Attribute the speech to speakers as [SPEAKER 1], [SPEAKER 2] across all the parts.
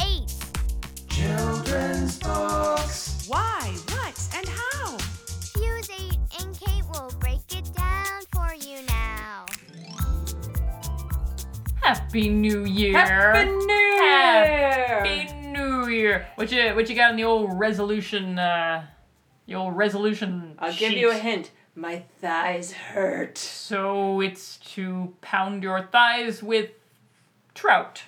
[SPEAKER 1] 8.
[SPEAKER 2] Children's books.
[SPEAKER 3] Why, what, and how?
[SPEAKER 1] Fuse 8 and Kate will break it down for you now.
[SPEAKER 4] Happy New Year.
[SPEAKER 5] Happy New Year!
[SPEAKER 4] Happy New Year. What you what you got on the old resolution? Uh, the old resolution.
[SPEAKER 5] I'll
[SPEAKER 4] sheet?
[SPEAKER 5] give you a hint. My thighs hurt.
[SPEAKER 4] So it's to pound your thighs with trout.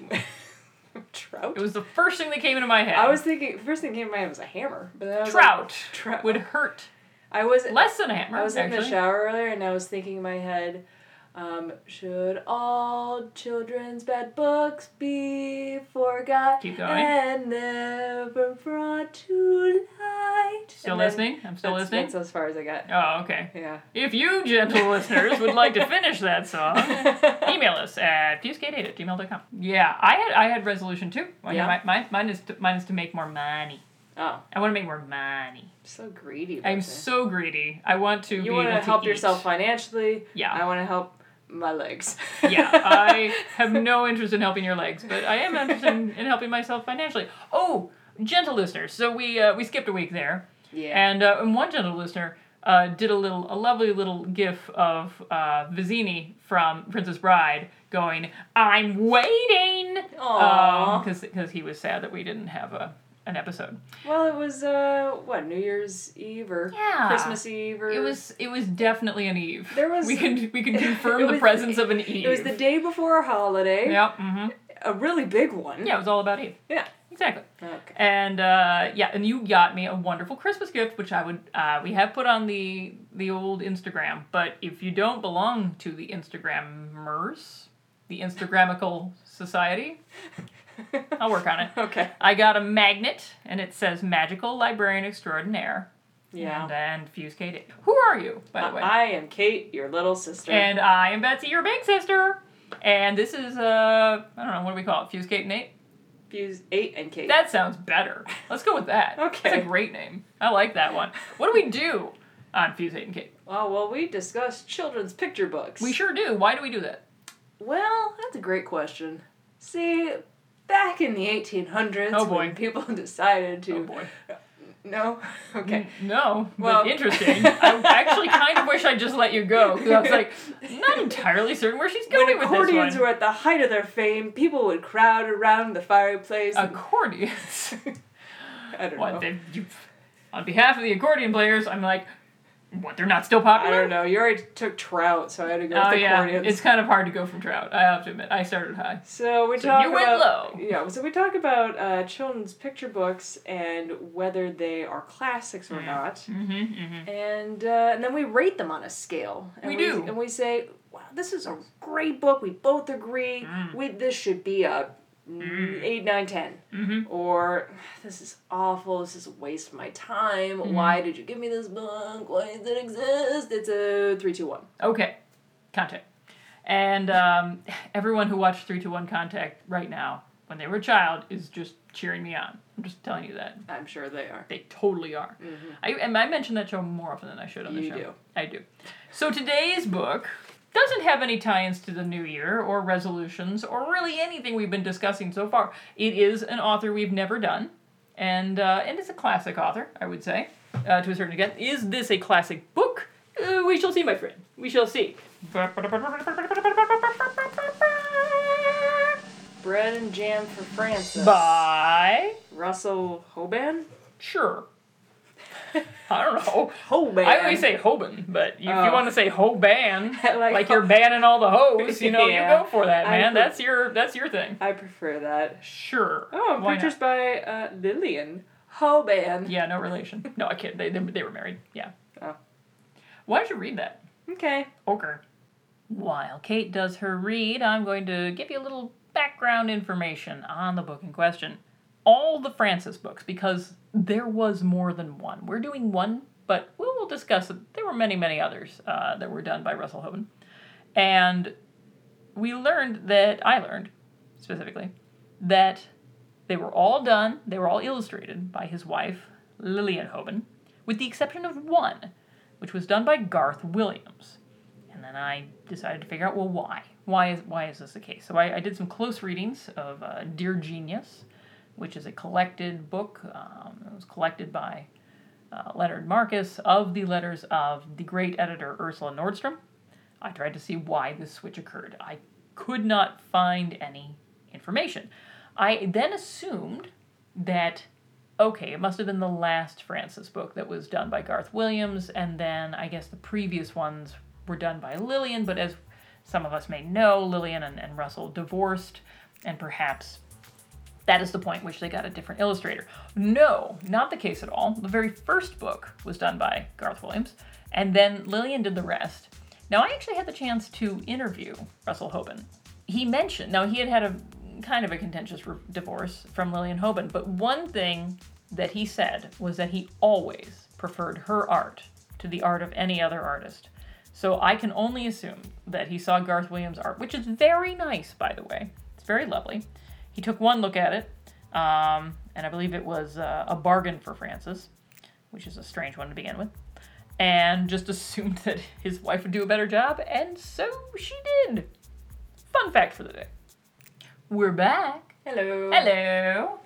[SPEAKER 5] Trout?
[SPEAKER 4] It was the first thing that came into my head.
[SPEAKER 5] I was thinking, first thing that came to my head was a hammer. But then I was
[SPEAKER 4] trout.
[SPEAKER 5] Like, trout.
[SPEAKER 4] would hurt
[SPEAKER 5] I was,
[SPEAKER 4] less than a hammer.
[SPEAKER 5] I was in
[SPEAKER 4] actually.
[SPEAKER 5] the shower earlier and I was thinking in my head, um, should all children's bad books be forgot
[SPEAKER 4] Keep going.
[SPEAKER 5] and never brought to light?
[SPEAKER 4] Still
[SPEAKER 5] And then
[SPEAKER 4] listening? I'm still
[SPEAKER 5] that's-
[SPEAKER 4] listening.
[SPEAKER 5] That's as far as I got.
[SPEAKER 4] Oh, okay.
[SPEAKER 5] Yeah.
[SPEAKER 4] If you, gentle listeners, would like to finish that song, email us at fusegate8 at gmail.com. Yeah, I had I had resolution too. Well, yeah.
[SPEAKER 5] Yeah.
[SPEAKER 4] my, my, mine is to, mine is to make more money.
[SPEAKER 5] oh,
[SPEAKER 4] I want to make more money.
[SPEAKER 5] so greedy.
[SPEAKER 4] I'm
[SPEAKER 5] about that.
[SPEAKER 4] so greedy. I want to. be
[SPEAKER 5] You want
[SPEAKER 4] able
[SPEAKER 5] to
[SPEAKER 4] to
[SPEAKER 5] help
[SPEAKER 4] eat.
[SPEAKER 5] yourself financially.
[SPEAKER 4] Yeah.
[SPEAKER 5] I want to help my legs.
[SPEAKER 4] yeah, I have no interest in helping your legs, but I am interested in, in helping myself financially. Oh, gentle listeners. So we uh, we skipped a week there.
[SPEAKER 5] Yeah.
[SPEAKER 4] And, uh, and one gentle listener uh, did a little, a lovely little gif of uh, Vizzini from Princess Bride going, "I'm waiting,"
[SPEAKER 5] Aw.
[SPEAKER 4] because he was sad that we didn't have a an episode.
[SPEAKER 5] well, it was uh what New Year's Eve or
[SPEAKER 4] Yeah.
[SPEAKER 5] Christmas Eve or
[SPEAKER 4] It was it was definitely an eve.
[SPEAKER 5] There was-
[SPEAKER 4] we can we can
[SPEAKER 5] It
[SPEAKER 4] confirm the
[SPEAKER 5] was-
[SPEAKER 4] presence of an eve.
[SPEAKER 5] It was the day before a holiday.
[SPEAKER 4] yeah, hmm
[SPEAKER 5] A really big one.
[SPEAKER 4] yeah, it was all about eve.
[SPEAKER 5] Yeah.
[SPEAKER 4] Exactly.
[SPEAKER 5] Okay.
[SPEAKER 4] And uh, yeah, and you got me a wonderful Christmas gift, which I would uh, we have put on the the old Instagram. But if you don't belong to the Instagrammers, the Instagramical Society, I'll work on it.
[SPEAKER 5] Okay.
[SPEAKER 4] I got a magnet, and it says "Magical Librarian Extraordinaire"
[SPEAKER 5] Yeah.
[SPEAKER 4] and, and Fuse Kate. Dave. Who are you, by the way?
[SPEAKER 5] I am Kate, your little sister.
[SPEAKER 4] and I am Betsy, your big sister. And this is uh, I don't know what do we call it? Fuse Kate Nate.
[SPEAKER 5] Fuse eight and Kate.
[SPEAKER 4] That sounds better. Let's go with that.
[SPEAKER 5] Okay.
[SPEAKER 4] That's a great name. I like that one. What do we do on Fuse 8 and Kate?
[SPEAKER 5] oh well, we discussed children's picture books.
[SPEAKER 4] We sure do. Why do we do that?
[SPEAKER 5] Well, that's a great question. See, back in the 1800s,
[SPEAKER 4] Oh, boy.
[SPEAKER 5] when people decided to.
[SPEAKER 4] Oh boy. Mm.
[SPEAKER 5] No? Okay.
[SPEAKER 4] No.
[SPEAKER 5] Well-
[SPEAKER 4] but interesting. I actually kind of wish I just let you go because I was like, not entirely certain where she's going
[SPEAKER 5] When
[SPEAKER 4] with this
[SPEAKER 5] accordions
[SPEAKER 4] one.
[SPEAKER 5] were at the height of their fame, people would crowd around the fireplace. and-
[SPEAKER 4] accordions.
[SPEAKER 5] I don't
[SPEAKER 4] what?
[SPEAKER 5] know.
[SPEAKER 4] They, you, on behalf of the accordion players, I'm like, what? They're not still popular.
[SPEAKER 5] I don't know. You already took trout, so I had to go
[SPEAKER 4] Oh
[SPEAKER 5] with
[SPEAKER 4] yeah,
[SPEAKER 5] accordions.
[SPEAKER 4] it's kind of hard to go from trout. I have to admit, I started high.
[SPEAKER 5] So we
[SPEAKER 4] So
[SPEAKER 5] talk
[SPEAKER 4] you went
[SPEAKER 5] about
[SPEAKER 4] low.
[SPEAKER 5] yeah. So we talk about uh, children's picture books and whether they are classics or not,
[SPEAKER 4] Mm-hmm. mm-hmm.
[SPEAKER 5] and uh, and then we rate them on a scale. And
[SPEAKER 4] We do.
[SPEAKER 5] and we say, "Wow, this is a great book. We both agree.
[SPEAKER 4] Mm.
[SPEAKER 5] We this should be a eight, nine, ten,
[SPEAKER 4] Mhm.
[SPEAKER 5] or "Ah, this is awful. This is a waste of my time. Why
[SPEAKER 4] Mm-hmm.
[SPEAKER 5] did you give me this book? Why does it exist? It's a three, two, one.
[SPEAKER 4] Okay, Contact. And um, everyone who watched 321 Contact right now, when they were a child, is just cheering me on. I'm just telling you that.
[SPEAKER 5] I'm sure they are.
[SPEAKER 4] They totally are. I, and I mention that show more often than I should on the
[SPEAKER 5] Mm-hmm. You
[SPEAKER 4] show.
[SPEAKER 5] do.
[SPEAKER 4] I do. So today's book doesn't have any tie-ins to the new year or resolutions or really anything we've been discussing so far. It is an author we've never done, and uh, and it's a classic author, I would say, uh, to a certain extent. Is this a classic book? Uh, we shall see, my friend. We shall see.
[SPEAKER 5] Bread and jam for Francis.
[SPEAKER 4] Bye.
[SPEAKER 5] Russell Hoban?
[SPEAKER 4] Sure. I don't know.
[SPEAKER 5] Hoban.
[SPEAKER 4] I always say Hoban, but you, if you
[SPEAKER 5] Oh.
[SPEAKER 4] want to say Hoban,
[SPEAKER 5] I like
[SPEAKER 4] like, you're banning all the hoes, you know,
[SPEAKER 5] Yeah.
[SPEAKER 4] you go for that,
[SPEAKER 5] I
[SPEAKER 4] man.
[SPEAKER 5] pre-
[SPEAKER 4] that's your that's your thing.
[SPEAKER 5] I prefer that.
[SPEAKER 4] Sure.
[SPEAKER 5] Oh, and
[SPEAKER 4] Why not?
[SPEAKER 5] pictures by uh, Lillian Hoban.
[SPEAKER 4] Yeah, no relation. No, I kid. They, they they were married. Yeah.
[SPEAKER 5] Oh.
[SPEAKER 4] Why don't you read that?
[SPEAKER 5] Okay.
[SPEAKER 4] Okay. While Kate does her read, I'm going to give you a little background information on the book in question. All the Francis books, because there was more than one. We're doing one but we will discuss it. There were many, many others uh, that were done by Russell Hoban. And we learned that, I learned specifically, that they were all done, they were all illustrated by his wife, Lillian Hoban, with the exception of one, which was done by Garth Williams. And then I decided to figure out, well, why? Why is, why is this the case? So I, I did some close readings of uh, Dear Genius, which is a collected book. Um, it was collected by uh, Leonard Marcus of the letters of the great editor Ursula Nordstrom. I tried to see why this switch occurred. I could not find any information. I then assumed that, okay, it must have been the last Francis book that was done by Garth Williams, and then I guess the previous ones were done by Lillian, but as some of us may know, Lillian and, and Russell divorced, and perhaps that is the point which they got a different illustrator. No, not the case at all. The very first book was done by Garth Williams, and then Lillian did the rest. Now, I actually had the chance to interview Russell Hoban. He mentioned, now, he had had a kind of a contentious re- divorce from Lillian Hoban, but one thing that he said was that he always preferred her art to the art of any other artist. So I can only assume that he saw Garth Williams' art, which is very nice, by the way. It's very lovely. He took one look at it, um, and I believe it was uh, a bargain for Francis, which is a strange one to begin with, and just assumed that his wife would do a better job, and so she did. Fun fact for the day. We're back.
[SPEAKER 5] Hello.
[SPEAKER 4] Hello.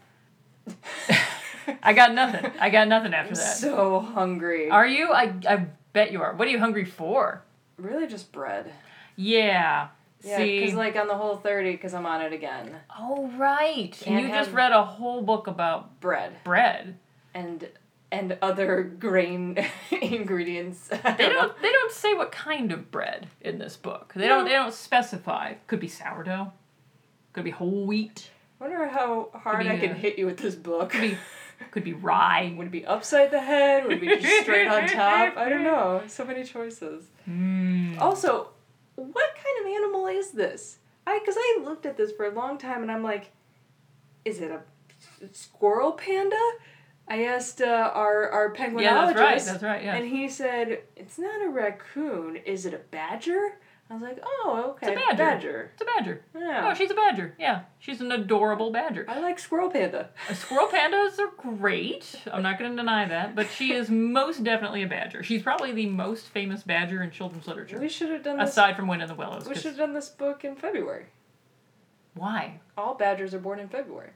[SPEAKER 4] I got nothing. I got nothing after
[SPEAKER 5] I'm
[SPEAKER 4] that.
[SPEAKER 5] so hungry.
[SPEAKER 4] Are you? I, I bet you are. What are you hungry for?
[SPEAKER 5] really just bread.
[SPEAKER 4] Yeah.
[SPEAKER 5] Yeah,
[SPEAKER 4] See.
[SPEAKER 5] because like on the whole 30, because I'm on it again.
[SPEAKER 4] oh right. And
[SPEAKER 5] Can't
[SPEAKER 4] you just
[SPEAKER 5] have-
[SPEAKER 4] read a whole book about
[SPEAKER 5] Bread
[SPEAKER 4] bread.
[SPEAKER 5] and and other grain ingredients. I
[SPEAKER 4] They
[SPEAKER 5] know.
[SPEAKER 4] don't. They don't say what kind of bread in this book. They don't. They don't specify. Could be sourdough. Could be whole wheat.
[SPEAKER 5] wonder how hard
[SPEAKER 4] Could be,
[SPEAKER 5] I can
[SPEAKER 4] uh,
[SPEAKER 5] hit you with this book.
[SPEAKER 4] Could be. Could be rye.
[SPEAKER 5] Would it be upside the head? Would it be just straight on top? I don't know. So many choices.
[SPEAKER 4] mm.
[SPEAKER 5] Also, what kind of animal is this? I because I looked at this for a long time and I'm like, is it a squirrel panda? I asked uh, our our penguinologist.
[SPEAKER 4] Yeah, that's right, that's right, yeah.
[SPEAKER 5] And he said it's not a raccoon. Is it a badger? I was like, oh, okay,
[SPEAKER 4] It's a badger.
[SPEAKER 5] badger.
[SPEAKER 4] It's a badger.
[SPEAKER 5] Yeah.
[SPEAKER 4] Oh, she's a badger. Yeah, she's an adorable badger. Uh,
[SPEAKER 5] I like squirrel panda.
[SPEAKER 4] Squirrel pandas are great. I'm not going to deny that, but she is most definitely a badger. She's probably the most famous badger in children's
[SPEAKER 5] We
[SPEAKER 4] literature,
[SPEAKER 5] should have done this.
[SPEAKER 4] aside from Wind in the Willows.
[SPEAKER 5] we
[SPEAKER 4] 'cause-
[SPEAKER 5] should have done this book in February.
[SPEAKER 4] Why?
[SPEAKER 5] All badgers are born in February.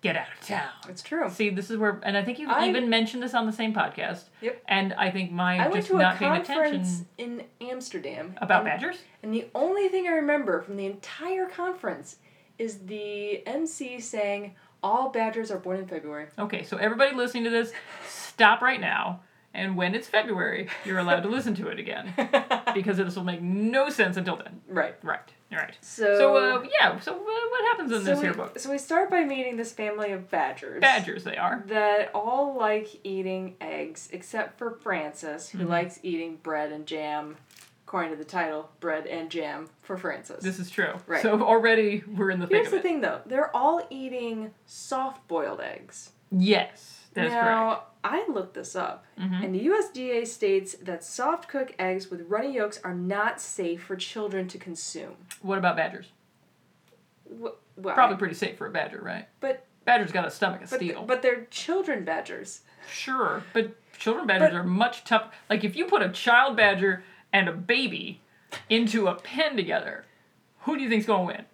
[SPEAKER 4] Get out of town.
[SPEAKER 5] It's true.
[SPEAKER 4] See, this is where, and I think you
[SPEAKER 5] I-
[SPEAKER 4] even mentioned this on the same podcast.
[SPEAKER 5] Yep.
[SPEAKER 4] And I think my
[SPEAKER 5] I
[SPEAKER 4] just
[SPEAKER 5] went to a
[SPEAKER 4] not paying
[SPEAKER 5] conference
[SPEAKER 4] attention
[SPEAKER 5] in Amsterdam
[SPEAKER 4] about
[SPEAKER 5] and,
[SPEAKER 4] badgers.
[SPEAKER 5] and the only thing I remember from the entire conference is the MC saying, "All badgers are born in February."
[SPEAKER 4] Okay, so everybody listening to this, stop right now. And when it's February, you're allowed to listen to it again because this will make no sense until then.
[SPEAKER 5] Right.
[SPEAKER 4] Right. All right.
[SPEAKER 5] So
[SPEAKER 4] So uh, yeah. So uh, what happens in
[SPEAKER 5] so
[SPEAKER 4] this
[SPEAKER 5] we,
[SPEAKER 4] here book?
[SPEAKER 5] so we start by meeting this family of badgers.
[SPEAKER 4] Badgers, they are.
[SPEAKER 5] That all like eating eggs, except for Francis,
[SPEAKER 4] Mm-hmm.
[SPEAKER 5] who likes eating bread and jam, according to the title, bread and jam for Francis.
[SPEAKER 4] This is true.
[SPEAKER 5] Right.
[SPEAKER 4] So already we're in the thick
[SPEAKER 5] Here's
[SPEAKER 4] of
[SPEAKER 5] the
[SPEAKER 4] it.
[SPEAKER 5] thing though, they're all eating soft boiled eggs.
[SPEAKER 4] Yes, that's correct. Mm-hmm.
[SPEAKER 5] now, I looked this up, and the USDA states that soft cooked eggs with runny yolks are not safe for children to consume.
[SPEAKER 4] What about badgers?
[SPEAKER 5] Wh- Well,
[SPEAKER 4] Probably pretty safe for a badger, right?
[SPEAKER 5] but
[SPEAKER 4] Badger's got a stomach of
[SPEAKER 5] but,
[SPEAKER 4] steel.
[SPEAKER 5] but they're children badgers.
[SPEAKER 4] sure, but children badgers
[SPEAKER 5] But-
[SPEAKER 4] are much tough. Like if you put a child badger and a baby into a pen together, who do you think's gonna win?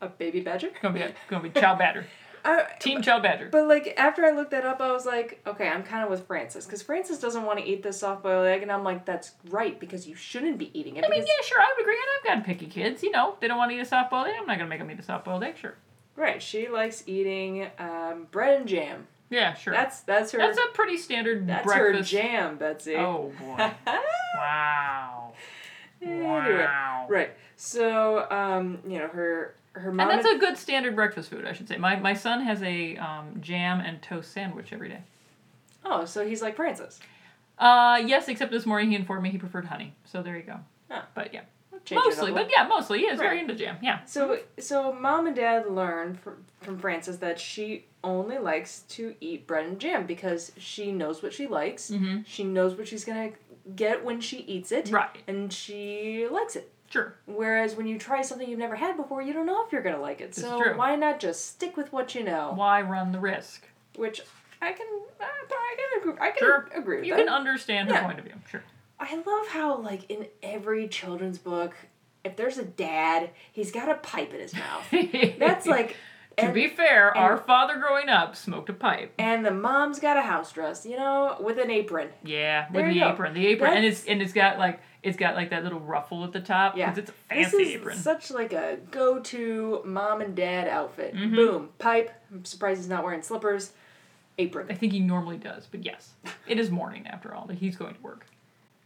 [SPEAKER 5] A baby badger.
[SPEAKER 4] Gonna be gonna be child badger.
[SPEAKER 5] I,
[SPEAKER 4] Team child badger.
[SPEAKER 5] Uh, but like after I looked that up, I was like, okay, I'm kind of with Francis because Francis doesn't want to eat this soft boiled egg, and I'm like, that's right because you shouldn't be eating it.
[SPEAKER 4] I mean,
[SPEAKER 5] because-
[SPEAKER 4] yeah, sure, I would agree. And I've got picky kids. You know, they don't want to eat a soft boiled egg. I'm not gonna make them eat a soft boiled egg. Sure.
[SPEAKER 5] Right. She likes eating um, bread and jam.
[SPEAKER 4] Yeah, sure.
[SPEAKER 5] That's that's her.
[SPEAKER 4] That's a pretty standard
[SPEAKER 5] that's
[SPEAKER 4] breakfast.
[SPEAKER 5] her jam, Betsy.
[SPEAKER 4] Oh boy! wow!
[SPEAKER 5] Anyway,
[SPEAKER 4] Wow!
[SPEAKER 5] right. So, um, you know, her her mom.
[SPEAKER 4] And that's a good standard breakfast food, I should say. My my son has a um, jam and toast sandwich every day.
[SPEAKER 5] oh, so he's like Francis.
[SPEAKER 4] Uh, yes, except this morning he informed me he preferred honey. So there you go.
[SPEAKER 5] Huh.
[SPEAKER 4] But yeah,
[SPEAKER 5] changing it up a
[SPEAKER 4] mostly,
[SPEAKER 5] little
[SPEAKER 4] but yeah, mostly he is very
[SPEAKER 5] Right.
[SPEAKER 4] into jam. Yeah.
[SPEAKER 5] So so mom and dad learn from from Frances that she only likes to eat bread and jam because she knows what she likes.
[SPEAKER 4] Mhm.
[SPEAKER 5] She knows what she's gonna get when she eats it.
[SPEAKER 4] Right.
[SPEAKER 5] And she likes it.
[SPEAKER 4] Sure.
[SPEAKER 5] Whereas when you try something you've never had before, you don't know if you're gonna like it.
[SPEAKER 4] This is
[SPEAKER 5] so
[SPEAKER 4] true.
[SPEAKER 5] why not just stick with what you know?
[SPEAKER 4] Why run the risk?
[SPEAKER 5] Which I can uh, I can agree I can
[SPEAKER 4] Sure.
[SPEAKER 5] agree with
[SPEAKER 4] You
[SPEAKER 5] that.
[SPEAKER 4] can understand her
[SPEAKER 5] Yeah.
[SPEAKER 4] point of view. Sure.
[SPEAKER 5] I love how like in every children's book, if there's a dad, he's got a pipe in his mouth. That's like
[SPEAKER 4] to
[SPEAKER 5] and-
[SPEAKER 4] be fair,
[SPEAKER 5] and-
[SPEAKER 4] our father growing up smoked a pipe.
[SPEAKER 5] and the mom's got a house dress, you know, with an apron.
[SPEAKER 4] Yeah, with
[SPEAKER 5] There
[SPEAKER 4] the
[SPEAKER 5] you go.
[SPEAKER 4] apron, the apron, and
[SPEAKER 5] That's-
[SPEAKER 4] it's and it's got like it's got like that little ruffle at the top
[SPEAKER 5] Yeah,
[SPEAKER 4] because it's a fancy
[SPEAKER 5] this is
[SPEAKER 4] apron.
[SPEAKER 5] Such like a go-to mom and dad outfit.
[SPEAKER 4] Mm-hmm.
[SPEAKER 5] Boom, pipe. I'm surprised he's not wearing slippers.
[SPEAKER 4] I
[SPEAKER 5] Apron.
[SPEAKER 4] think he normally does, but yes, it is morning after all. That he's going to work.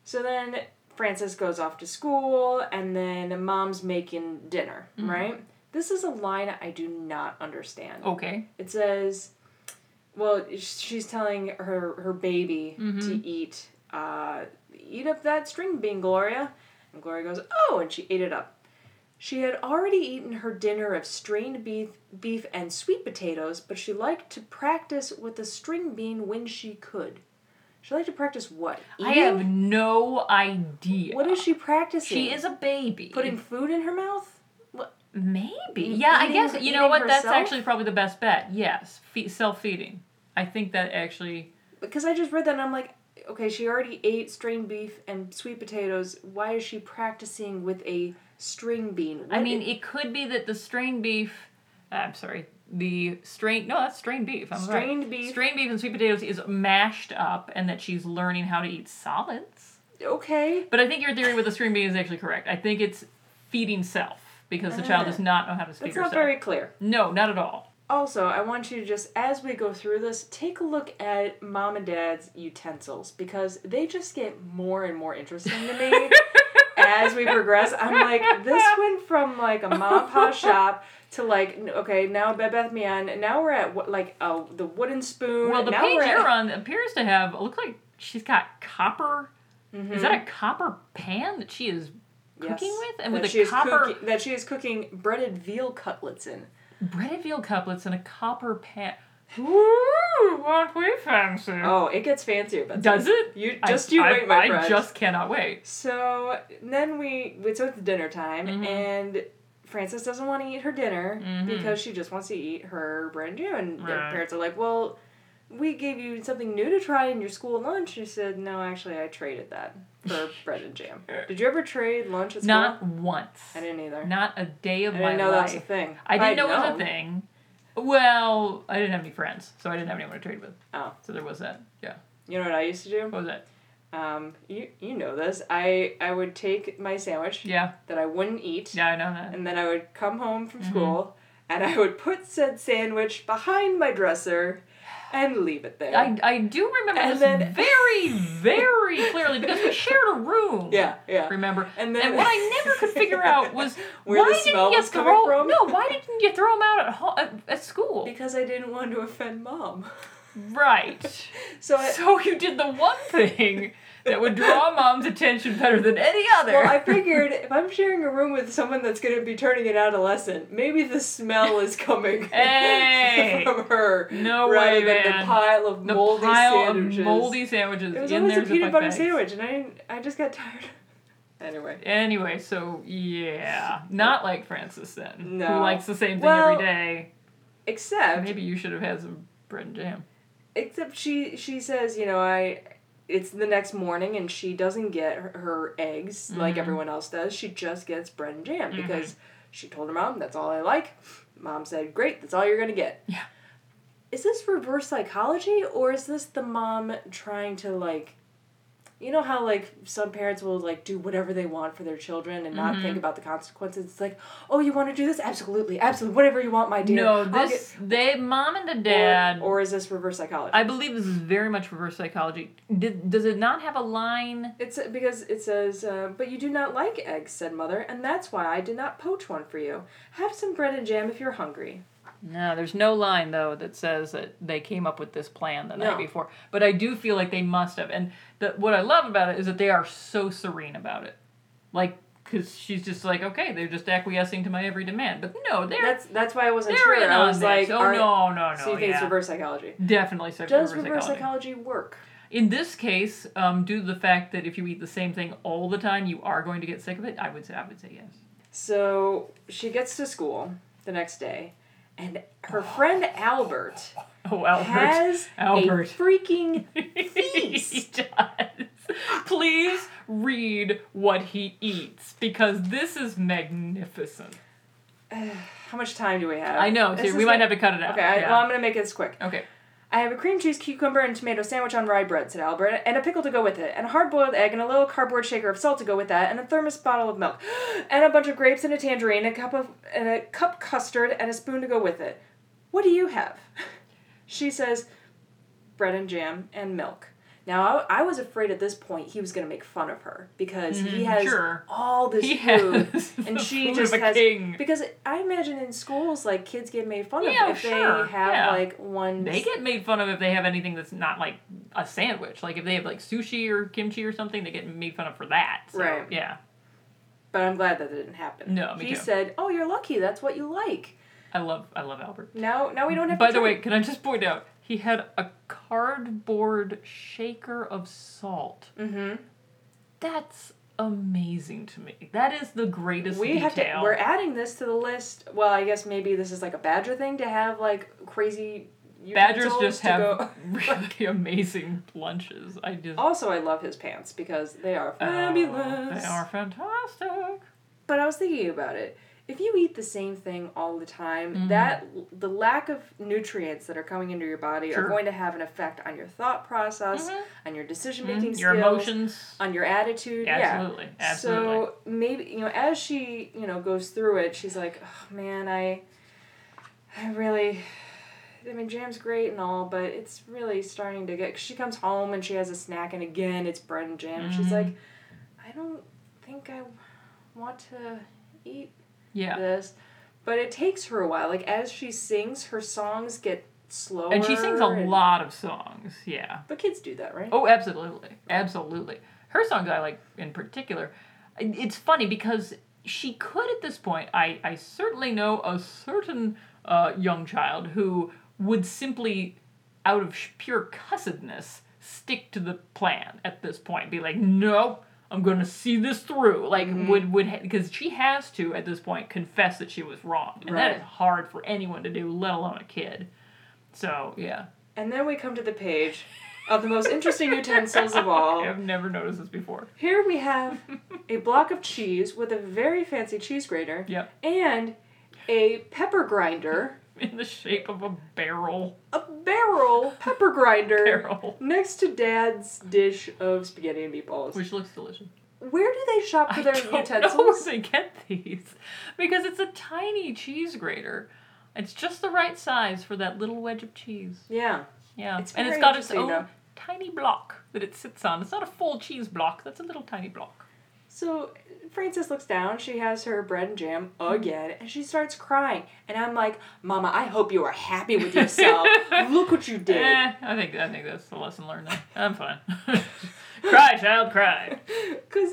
[SPEAKER 5] So then Frances goes off to school, and then mom's making dinner.
[SPEAKER 4] Mm-hmm.
[SPEAKER 5] Right. This is a line I do not understand.
[SPEAKER 4] Okay.
[SPEAKER 5] It says, well, sh- she's telling her her baby
[SPEAKER 4] Mm-hmm.
[SPEAKER 5] to eat uh, eat up that string bean, Gloria. And Gloria goes, oh, and she ate it up. She had already eaten her dinner of strained beef, beef and sweet potatoes, but she liked to practice with the string bean when she could. She liked to practice what?
[SPEAKER 4] I have no idea.
[SPEAKER 5] What is she practicing?
[SPEAKER 4] She is a baby.
[SPEAKER 5] putting food in her mouth. What?
[SPEAKER 4] maybe.
[SPEAKER 5] Eating-
[SPEAKER 4] Yeah, I guess you know
[SPEAKER 5] eating
[SPEAKER 4] what. That's
[SPEAKER 5] herself?
[SPEAKER 4] actually probably the best bet. Yes, Fe- self feeding. I think that actually.
[SPEAKER 5] because I just read that and I'm like, okay, she already ate string beef and sweet potatoes. Why is she practicing with a string bean?
[SPEAKER 4] I
[SPEAKER 5] What-
[SPEAKER 4] mean, it could be that the strained beef. uh, I'm sorry. The strained no, that's strained beef. I'm sorry.
[SPEAKER 5] Strained beef.
[SPEAKER 4] Strained beef and sweet potatoes is mashed up, and that she's learning how to eat solids.
[SPEAKER 5] okay,
[SPEAKER 4] But I think your theory with the strained beef is actually correct. I think it's feeding self because the child does not know how to feed
[SPEAKER 5] Uh-huh. that's
[SPEAKER 4] herself.
[SPEAKER 5] not very clear.
[SPEAKER 4] No, not at all.
[SPEAKER 5] Also, I want you to just as we go through this, take a look at mom and dad's utensils because they just get more and more interesting to me. As we progress, I'm like, this went from like a mom and pop shop to like, n- okay, now Bed Bath Beyond, and now we're at what like uh, the wooden spoon.
[SPEAKER 4] Well, the
[SPEAKER 5] now
[SPEAKER 4] page
[SPEAKER 5] we're at-
[SPEAKER 4] you're on appears to have it looks like she's got copper. Is that a copper pan that she is cooking with? And
[SPEAKER 5] Mm-hmm. that
[SPEAKER 4] with
[SPEAKER 5] she
[SPEAKER 4] a
[SPEAKER 5] is
[SPEAKER 4] copper Mm.
[SPEAKER 5] cooki- that she is cooking breaded veal cutlets in.
[SPEAKER 4] breaded veal cutlets and a copper pan. Ooh, what we fancy.
[SPEAKER 5] Oh, it gets fancier, but
[SPEAKER 4] Does it?
[SPEAKER 5] You
[SPEAKER 4] I-
[SPEAKER 5] just you
[SPEAKER 4] I,
[SPEAKER 5] wait, my
[SPEAKER 4] I
[SPEAKER 5] friend.
[SPEAKER 4] just cannot wait.
[SPEAKER 5] So then we we took the dinner time,
[SPEAKER 4] Mm-hmm.
[SPEAKER 5] and Frances doesn't want to eat her dinner because she just wants to eat her bread and jam. And
[SPEAKER 4] Right.
[SPEAKER 5] their parents are like, "Well, we gave you something new to try in your school lunch." She said, "No, actually, I traded that for bread and jam. Did you ever trade lunch at school?
[SPEAKER 4] Not once.
[SPEAKER 5] I didn't either.
[SPEAKER 4] Not a day of
[SPEAKER 5] I
[SPEAKER 4] my
[SPEAKER 5] didn't know that
[SPEAKER 4] life.
[SPEAKER 5] was a thing.
[SPEAKER 4] I
[SPEAKER 5] If
[SPEAKER 4] didn't
[SPEAKER 5] I'd
[SPEAKER 4] know it was a
[SPEAKER 5] known-
[SPEAKER 4] thing. Well, I didn't have any friends, so I didn't have anyone to trade with.
[SPEAKER 5] Oh,
[SPEAKER 4] So there was that. Yeah.
[SPEAKER 5] you know what I used to do?
[SPEAKER 4] What was that?
[SPEAKER 5] Um, you you know this. I I would take my sandwich
[SPEAKER 4] Yeah.
[SPEAKER 5] that I wouldn't eat,
[SPEAKER 4] Yeah, Mm-hmm. I know that.
[SPEAKER 5] and then I would come home from school, and I would put said sandwich behind my dresser, and leave it there.
[SPEAKER 4] I, I do remember
[SPEAKER 5] And
[SPEAKER 4] this
[SPEAKER 5] then-
[SPEAKER 4] very, very clearly because we shared a room.
[SPEAKER 5] yeah, yeah.
[SPEAKER 4] Remember?
[SPEAKER 5] And then-
[SPEAKER 4] what I never could figure out was
[SPEAKER 5] Where the
[SPEAKER 4] why
[SPEAKER 5] smell
[SPEAKER 4] didn't you
[SPEAKER 5] was coming
[SPEAKER 4] throw
[SPEAKER 5] from?
[SPEAKER 4] no why didn't you throw them out at ho- at, at school?
[SPEAKER 5] Because I didn't want to offend mom,
[SPEAKER 4] right.
[SPEAKER 5] so I.
[SPEAKER 4] So you did the one thing that would draw mom's attention better than any other.
[SPEAKER 5] well, I figured if I'm sharing a room with someone that's going to be turning an adolescent, maybe the smell is coming
[SPEAKER 4] Hey.
[SPEAKER 5] from her
[SPEAKER 4] No
[SPEAKER 5] rather
[SPEAKER 4] way,
[SPEAKER 5] than
[SPEAKER 4] man.
[SPEAKER 5] the pile of
[SPEAKER 4] the
[SPEAKER 5] moldy
[SPEAKER 4] pile
[SPEAKER 5] sandwiches.
[SPEAKER 4] of moldy sandwiches
[SPEAKER 5] It was
[SPEAKER 4] in
[SPEAKER 5] always
[SPEAKER 4] there.
[SPEAKER 5] a peanut butter sandwich, and I didn't, I just got tired. anyway.
[SPEAKER 4] Anyway, so yeah, not like Francis then, who
[SPEAKER 5] No.
[SPEAKER 4] likes the same thing
[SPEAKER 5] Well-
[SPEAKER 4] every day.
[SPEAKER 5] Except
[SPEAKER 4] Maybe you should have had some bread and jam.
[SPEAKER 5] except she she says, you know, I it's the next morning and she doesn't get her, her eggs
[SPEAKER 4] Mm-hmm.
[SPEAKER 5] like everyone else does. She just gets bread and jam because she told her mom, that's all I like. Mom said, "Great, that's all you're going to get."
[SPEAKER 4] Yeah.
[SPEAKER 5] Is this reverse psychology or is this the mom trying to like you know how like some parents will like do whatever they want for their children and not
[SPEAKER 4] Mm-hmm.
[SPEAKER 5] think about the consequences. It's like, "Oh, you want to do this? Absolutely. Absolutely. Whatever you want, my dear."
[SPEAKER 4] No,
[SPEAKER 5] I'll
[SPEAKER 4] this they mom and the dad.
[SPEAKER 5] get- or, or is this reverse psychology?
[SPEAKER 4] I believe this is very much reverse psychology. Did, does it not have a line?
[SPEAKER 5] It's because it says, uh, but you do not like eggs, said mother, and that's why I did not poach one for you. Have some bread and jam if you're hungry.
[SPEAKER 4] No, there's no line though that says that they came up with this plan the night
[SPEAKER 5] No.
[SPEAKER 4] before. But I do feel like they must have. And the, what I love about it is that they are so serene about it. Like because she's just like, okay, they're just acquiescing to my every demand. But no, they're
[SPEAKER 5] That's that's why I wasn't
[SPEAKER 4] they're
[SPEAKER 5] sure.
[SPEAKER 4] in
[SPEAKER 5] I
[SPEAKER 4] on
[SPEAKER 5] was
[SPEAKER 4] this.
[SPEAKER 5] like,
[SPEAKER 4] oh
[SPEAKER 5] are-
[SPEAKER 4] no, no, no,
[SPEAKER 5] so you think
[SPEAKER 4] yeah.
[SPEAKER 5] it's reverse psychology?
[SPEAKER 4] Definitely sexual
[SPEAKER 5] Does
[SPEAKER 4] reverse
[SPEAKER 5] reverse
[SPEAKER 4] psychology.
[SPEAKER 5] psychology work?
[SPEAKER 4] In this case, um, due to the fact that if you eat the same thing all the time, you are going to get sick of it. I would say, I would say yes.
[SPEAKER 5] So she gets to school the next day, and her friend Albert
[SPEAKER 4] Oh, Albert.
[SPEAKER 5] has
[SPEAKER 4] Albert.
[SPEAKER 5] a freaking
[SPEAKER 4] he does. Please read what he eats because this is magnificent.
[SPEAKER 5] How much time do we have?
[SPEAKER 4] I know.
[SPEAKER 5] This
[SPEAKER 4] So we
[SPEAKER 5] is
[SPEAKER 4] might
[SPEAKER 5] like-
[SPEAKER 4] have to cut it out.
[SPEAKER 5] Okay, I,
[SPEAKER 4] Yeah.
[SPEAKER 5] well, I'm gonna make this quick.
[SPEAKER 4] okay.
[SPEAKER 5] I have a cream cheese, cucumber, and tomato sandwich on rye bread, said Albert, and a pickle to go with it, and a hard boiled egg, and a little cardboard shaker of salt to go with that, and a thermos bottle of milk, and a bunch of grapes, and a tangerine, and a cup of and a cup custard, and a spoon to go with it. What do you have? She says, bread and jam and milk. Now I, I was afraid at this point he was gonna make fun of her because he has
[SPEAKER 4] Mm-hmm, sure.
[SPEAKER 5] all this
[SPEAKER 4] He
[SPEAKER 5] food,
[SPEAKER 4] has
[SPEAKER 5] and
[SPEAKER 4] the
[SPEAKER 5] she
[SPEAKER 4] food
[SPEAKER 5] just
[SPEAKER 4] of a
[SPEAKER 5] has
[SPEAKER 4] king.
[SPEAKER 5] because I imagine in schools like kids get made fun
[SPEAKER 4] Yeah,
[SPEAKER 5] of if
[SPEAKER 4] sure,
[SPEAKER 5] they have
[SPEAKER 4] yeah.
[SPEAKER 5] like one
[SPEAKER 4] They get made fun of if they have anything that's not like a sandwich. Like if they have like sushi or kimchi or something, they get made fun of for that. So,
[SPEAKER 5] Right.
[SPEAKER 4] Yeah.
[SPEAKER 5] But I'm glad that didn't happen.
[SPEAKER 4] No, me
[SPEAKER 5] he
[SPEAKER 4] too.
[SPEAKER 5] said, "Oh, you're lucky. That's what you like."
[SPEAKER 4] I love I love Albert.
[SPEAKER 5] Now, now we don't have.
[SPEAKER 4] By
[SPEAKER 5] to
[SPEAKER 4] the
[SPEAKER 5] try.
[SPEAKER 4] way, can I just point out he had a cardboard shaker of salt.
[SPEAKER 5] Mhm.
[SPEAKER 4] That's amazing to me. That is the greatest
[SPEAKER 5] we
[SPEAKER 4] detail.
[SPEAKER 5] have to. We're adding this to the list. Well, I guess maybe this is like a badger thing to have like crazy.
[SPEAKER 4] Badgers
[SPEAKER 5] utensils
[SPEAKER 4] just
[SPEAKER 5] to
[SPEAKER 4] have
[SPEAKER 5] go-
[SPEAKER 4] really amazing lunches. I just oh,
[SPEAKER 5] Also, I love his pants because they are fabulous.
[SPEAKER 4] they are fantastic.
[SPEAKER 5] But I was thinking about it. If you eat the same thing all the time,
[SPEAKER 4] Mm-hmm.
[SPEAKER 5] that the lack of nutrients that are coming into your body
[SPEAKER 4] Sure. Mm-hmm.
[SPEAKER 5] are going to have an effect on your thought process, on your decision making skills,
[SPEAKER 4] Your emotions.
[SPEAKER 5] on your attitude.
[SPEAKER 4] Yeah,
[SPEAKER 5] yeah.
[SPEAKER 4] absolutely, absolutely.
[SPEAKER 5] So maybe you know, as she you know goes through it, she's like, oh, "Man, I, I really." I mean, jam's great and all, but it's really starting to get. 'cause she comes home and she has a snack, and again, it's bread and jam. and She's
[SPEAKER 4] Mm-hmm.
[SPEAKER 5] like, I don't think I want to eat
[SPEAKER 4] yeah.
[SPEAKER 5] this. But it takes her a while. Like, as she sings, her songs get slower.
[SPEAKER 4] and she sings a
[SPEAKER 5] and-
[SPEAKER 4] lot of songs. Yeah.
[SPEAKER 5] But kids do that, right?
[SPEAKER 4] Oh, absolutely, absolutely. Her songs I like in particular. I- It's funny because she could at this point. I I certainly know a certain uh, young child who would simply, out of sh- pure cussedness, stick to the plan at this point. Be like, nope. I'm gonna see this through. Like would would because she has to at this point confess that she was wrong, and that
[SPEAKER 5] Right.
[SPEAKER 4] is hard for anyone to do, let alone a kid. So yeah,
[SPEAKER 5] And then we come to the page of the most interesting utensils of all.
[SPEAKER 4] I've never noticed this before.
[SPEAKER 5] Here we have a block of cheese with a very fancy cheese grater
[SPEAKER 4] Yep.
[SPEAKER 5] and a pepper grinder,
[SPEAKER 4] in the shape of a barrel.
[SPEAKER 5] a barrel pepper grinder
[SPEAKER 4] Barrel.
[SPEAKER 5] next to dad's dish of spaghetti and meatballs.
[SPEAKER 4] Which looks delicious.
[SPEAKER 5] Where do they shop for
[SPEAKER 4] I
[SPEAKER 5] their
[SPEAKER 4] don't know where
[SPEAKER 5] utensils?
[SPEAKER 4] they get these. Because it's a tiny cheese grater. It's just the right size for that little wedge of cheese.
[SPEAKER 5] Yeah.
[SPEAKER 4] Yeah.
[SPEAKER 5] It's
[SPEAKER 4] and it's
[SPEAKER 5] very
[SPEAKER 4] got its
[SPEAKER 5] interesting,
[SPEAKER 4] own
[SPEAKER 5] though.
[SPEAKER 4] tiny block that it sits on. It's not a full cheese block, that's a little tiny block.
[SPEAKER 5] So Frances looks down, she has her bread and jam
[SPEAKER 4] Hmm.
[SPEAKER 5] again, and she starts crying. And I'm like, Mama, I hope you are happy with yourself. Look what you did.
[SPEAKER 4] Eh, I think I think that's the lesson learned there. I'm fine. cry, child, cry.
[SPEAKER 5] Because,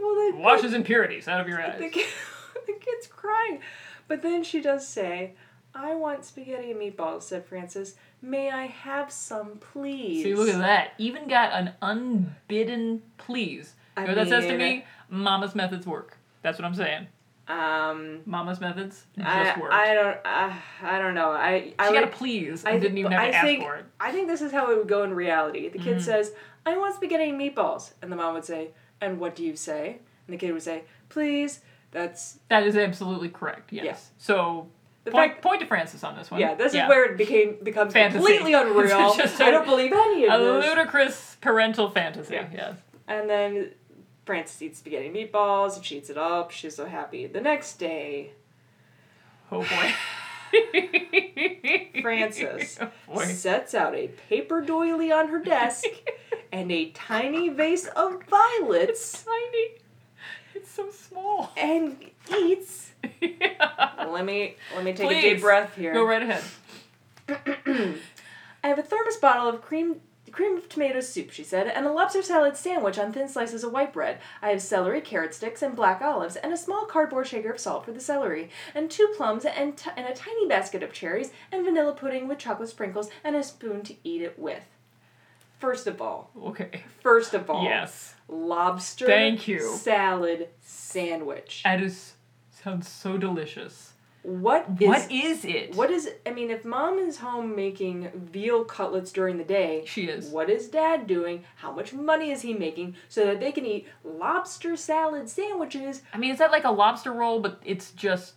[SPEAKER 5] well, the,
[SPEAKER 4] Wash his impurities out of your eyes.
[SPEAKER 5] the, kid, the kid's crying. But then she does say, I want spaghetti and meatballs, said Frances. May I have some, please?
[SPEAKER 4] See, look at that. Even got an unbidden please. You
[SPEAKER 5] I
[SPEAKER 4] know what that says to
[SPEAKER 5] mean-
[SPEAKER 4] me? Mama's methods work. That's what I'm saying.
[SPEAKER 5] Um,
[SPEAKER 4] Mama's methods just
[SPEAKER 5] I,
[SPEAKER 4] work.
[SPEAKER 5] I don't, I, I don't know. I, I
[SPEAKER 4] she got
[SPEAKER 5] like-
[SPEAKER 4] a please.
[SPEAKER 5] I
[SPEAKER 4] I didn't even have to
[SPEAKER 5] I
[SPEAKER 4] ask
[SPEAKER 5] think,
[SPEAKER 4] for it. Mm-hmm.
[SPEAKER 5] I think this is how it would go in reality. The kid says, I want spaghetti and meatballs. And the mom would say, And what do you say? And the kid would say, Please. That's,
[SPEAKER 4] That is absolutely correct. Yes.
[SPEAKER 5] Yeah.
[SPEAKER 4] So
[SPEAKER 5] The
[SPEAKER 4] point,
[SPEAKER 5] fact-
[SPEAKER 4] point to Francis on this one.
[SPEAKER 5] yeah, this is where it became becomes
[SPEAKER 4] Fantasy.
[SPEAKER 5] completely unreal.
[SPEAKER 4] It's just
[SPEAKER 5] I
[SPEAKER 4] a-
[SPEAKER 5] don't believe any
[SPEAKER 4] a
[SPEAKER 5] of this.
[SPEAKER 4] ludicrous parental fantasy.
[SPEAKER 5] Yeah.
[SPEAKER 4] Yes.
[SPEAKER 5] And then Frances eats spaghetti and meatballs and she eats it up. She's so happy. The next day,
[SPEAKER 4] Oh boy.
[SPEAKER 5] Frances
[SPEAKER 4] Oh, boy.
[SPEAKER 5] sets out a paper doily on her desk and a tiny vase of violets
[SPEAKER 4] Tiny. It's so small.
[SPEAKER 5] and eats. Let me let me take a
[SPEAKER 4] Please,
[SPEAKER 5] deep breath here.
[SPEAKER 4] Go right ahead.
[SPEAKER 5] I have a thermos bottle of cream cream of tomato soup, she said, and a lobster salad sandwich on thin slices of white bread. I have celery, carrot sticks, and black olives, and a small cardboard shaker of salt for the celery, and two plums, and, t- and a tiny basket of cherries, and vanilla pudding with chocolate sprinkles, and a spoon to eat it with. First of all,
[SPEAKER 4] Okay.
[SPEAKER 5] first of all,
[SPEAKER 4] Yes.
[SPEAKER 5] lobster
[SPEAKER 4] Thank you.
[SPEAKER 5] salad sandwich.
[SPEAKER 4] That is sounds so delicious.
[SPEAKER 5] What is
[SPEAKER 4] what is it?
[SPEAKER 5] What is I mean, if mom is home making veal cutlets during the day,
[SPEAKER 4] She is.
[SPEAKER 5] What is dad doing? How much money is he making so that they can eat lobster salad sandwiches?
[SPEAKER 4] I mean, is that like a lobster roll, but it's just.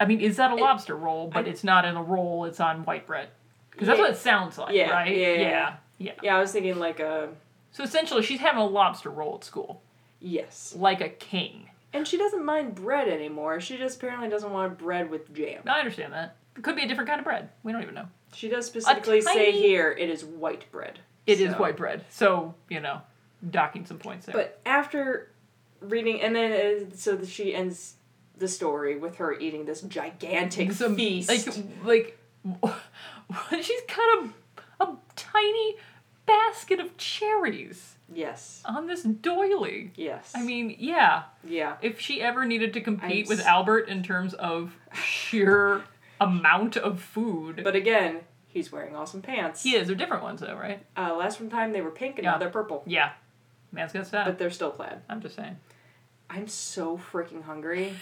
[SPEAKER 4] I mean, is that a lobster roll, but
[SPEAKER 5] I-
[SPEAKER 4] it's not in a roll, it's on white bread? Because that's
[SPEAKER 5] Yeah.
[SPEAKER 4] what it sounds like,
[SPEAKER 5] Yeah,
[SPEAKER 4] right?
[SPEAKER 5] yeah, yeah,
[SPEAKER 4] yeah. yeah.
[SPEAKER 5] Yeah, I was thinking like a
[SPEAKER 4] So essentially, she's having a lobster roll at school,
[SPEAKER 5] yes.
[SPEAKER 4] like a king.
[SPEAKER 5] And she doesn't mind bread anymore. She just apparently doesn't want bread with jam.
[SPEAKER 4] Now, I understand that. It could be a different kind of bread. We don't even know.
[SPEAKER 5] She does specifically say
[SPEAKER 4] tiny-
[SPEAKER 5] here it is white bread.
[SPEAKER 4] It is
[SPEAKER 5] So-
[SPEAKER 4] white bread. So, you know, docking some points there.
[SPEAKER 5] But after reading, and then uh, so that she ends the story with her eating this gigantic
[SPEAKER 4] Some-
[SPEAKER 5] feast.
[SPEAKER 4] Like, like she's cut a, a tiny basket of cherries
[SPEAKER 5] yes,
[SPEAKER 4] on this doily.
[SPEAKER 5] yes.
[SPEAKER 4] I mean, yeah.
[SPEAKER 5] yeah.
[SPEAKER 4] If she ever needed to compete
[SPEAKER 5] I'm
[SPEAKER 4] with
[SPEAKER 5] s-
[SPEAKER 4] Albert in terms of sheer amount of food.
[SPEAKER 5] But again, he's wearing awesome pants.
[SPEAKER 4] he is. They're different ones, though, right?
[SPEAKER 5] Uh, last one time they were pink and
[SPEAKER 4] Yeah.
[SPEAKER 5] now they're purple.
[SPEAKER 4] Yeah. Man's got style.
[SPEAKER 5] But they're still plaid.
[SPEAKER 4] I'm just saying.
[SPEAKER 5] I'm so freaking hungry.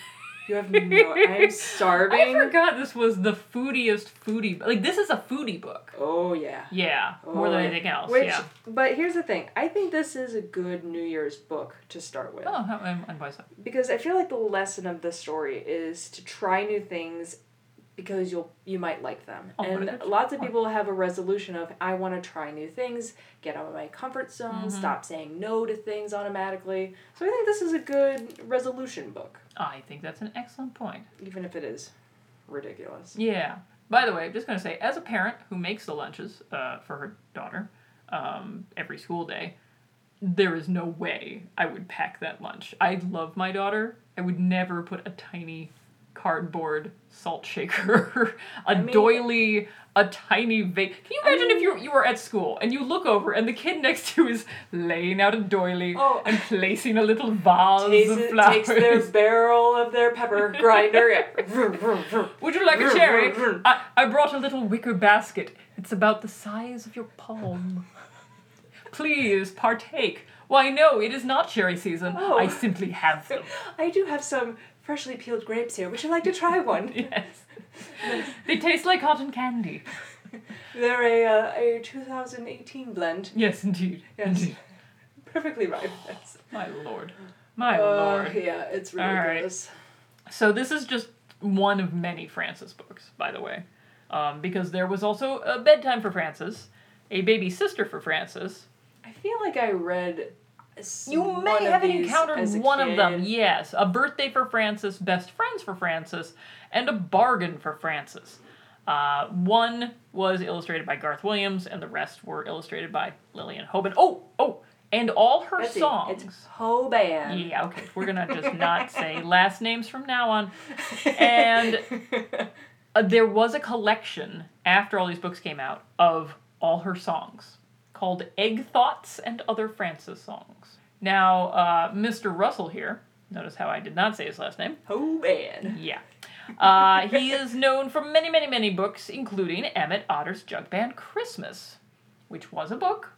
[SPEAKER 5] You have no. I'm starving.
[SPEAKER 4] I forgot this was the foodiest foodie. Like, this is a foodie book.
[SPEAKER 5] Oh yeah.
[SPEAKER 4] Yeah. More than
[SPEAKER 5] Oh,
[SPEAKER 4] anything else.
[SPEAKER 5] Which,
[SPEAKER 4] yeah.
[SPEAKER 5] but here's the thing. I think this is a good New Year's book to start with.
[SPEAKER 4] Oh, how- and, and why so?
[SPEAKER 5] because I feel like the lesson of this story is to try new things because you'll you might like them.
[SPEAKER 4] Oh, what a
[SPEAKER 5] and
[SPEAKER 4] good
[SPEAKER 5] lots of
[SPEAKER 4] point.
[SPEAKER 5] people have a resolution of I want to try new things, get out of my comfort zone,
[SPEAKER 4] Mm-hmm.
[SPEAKER 5] stop saying no to things automatically. So I think this is a good resolution book,
[SPEAKER 4] I think that's an excellent point.
[SPEAKER 5] even if it is ridiculous.
[SPEAKER 4] Yeah. By the way, I'm just going to say, as a parent who makes the lunches uh, for her daughter um, every school day, there is no way I would pack that lunch. I love my daughter. I would never put a tiny cardboard salt shaker, a
[SPEAKER 5] mean-
[SPEAKER 4] doily, a tiny vase. Can you imagine if you you were at school and you look over and the kid next to you is laying out a doily
[SPEAKER 5] Oh.
[SPEAKER 4] and placing a little vase
[SPEAKER 5] Takes,
[SPEAKER 4] of
[SPEAKER 5] it-
[SPEAKER 4] flowers?
[SPEAKER 5] takes their barrel of their pepper grinder. yeah.
[SPEAKER 4] Would you like a cherry? I, I brought a little wicker basket. It's about the size of your palm. Please partake. Why, no, it is not cherry season.
[SPEAKER 5] Oh.
[SPEAKER 4] I simply have them.
[SPEAKER 5] I do have some freshly peeled grapes here. Would you like to try one?
[SPEAKER 4] Yes. they taste like cotton candy.
[SPEAKER 5] They're a, uh, a 2018 blend.
[SPEAKER 4] Yes, indeed.
[SPEAKER 5] Yes. Perfectly right. That's,
[SPEAKER 4] My lord. My
[SPEAKER 5] uh,
[SPEAKER 4] lord.
[SPEAKER 5] yeah, it's
[SPEAKER 4] All right.
[SPEAKER 5] ridiculous.
[SPEAKER 4] So, this is just one of many Francis books, by the way. Um, because there was also a bedtime for Francis, a baby sister for Francis,
[SPEAKER 5] I feel like I read. s-
[SPEAKER 4] You
[SPEAKER 5] one
[SPEAKER 4] may
[SPEAKER 5] of
[SPEAKER 4] have
[SPEAKER 5] these
[SPEAKER 4] encountered
[SPEAKER 5] as a
[SPEAKER 4] one of them,
[SPEAKER 5] kid.
[SPEAKER 4] yes. A birthday for Francis, best friends for Francis, and a bargain for Francis. Uh, one was illustrated by Garth Williams, and the rest were illustrated by Lillian Hoban. Oh, oh, and all her
[SPEAKER 5] Let's see,
[SPEAKER 4] songs.
[SPEAKER 5] It's Hoban.
[SPEAKER 4] yeah, okay. We're gonna just not say last names from now on. And uh, there was a collection after all these books came out of all her songs called Egg Thoughts and Other Francis Songs. Now, uh, Mr. Russell here, notice how I did not say his last name.
[SPEAKER 5] Hoban.
[SPEAKER 4] Yeah. Uh, he is known for many, many, many books, including Emmett Otter's Jug Band Christmas, which was a book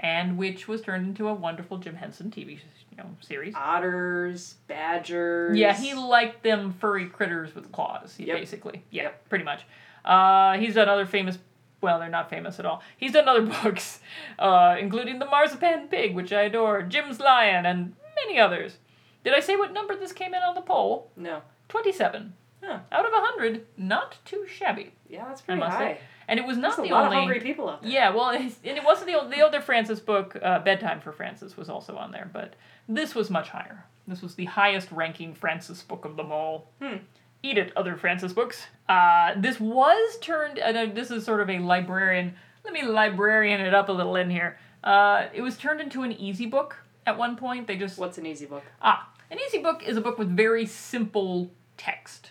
[SPEAKER 4] and which was turned into a wonderful Jim Henson TV you know, series.
[SPEAKER 5] Otters, badgers.
[SPEAKER 4] Yeah, he liked them furry critters with claws, he
[SPEAKER 5] Yep.
[SPEAKER 4] basically. Yeah,
[SPEAKER 5] Yep.
[SPEAKER 4] pretty much. Uh, he's done other famous, well, they're not famous at all. He's done other books, uh, including The Marzipan Pig, which I adore, Jim's Lion, and many others. Did I say what number this came in on the poll?
[SPEAKER 5] No.
[SPEAKER 4] 27.
[SPEAKER 5] Huh.
[SPEAKER 4] Out of 100, not too shabby,
[SPEAKER 5] Yeah, that's
[SPEAKER 4] I
[SPEAKER 5] pretty
[SPEAKER 4] must
[SPEAKER 5] high.
[SPEAKER 4] say. And it was not
[SPEAKER 5] There's a
[SPEAKER 4] the
[SPEAKER 5] lot
[SPEAKER 4] only.
[SPEAKER 5] of hungry people out there.
[SPEAKER 4] Yeah, well, it's, and it wasn't the old, the older Francis book, uh, Bedtime for Francis, was also on there, but this was much higher. This was the highest ranking Francis book of them all.
[SPEAKER 5] Hmm.
[SPEAKER 4] Eat it, other Francis books. Uh, this was turned, and uh, this is sort of a librarian, let me librarian it up a little in here. Uh, it was turned into an easy book at one point. They just
[SPEAKER 5] What's an easy book?
[SPEAKER 4] Ah, an easy book is a book with very simple text.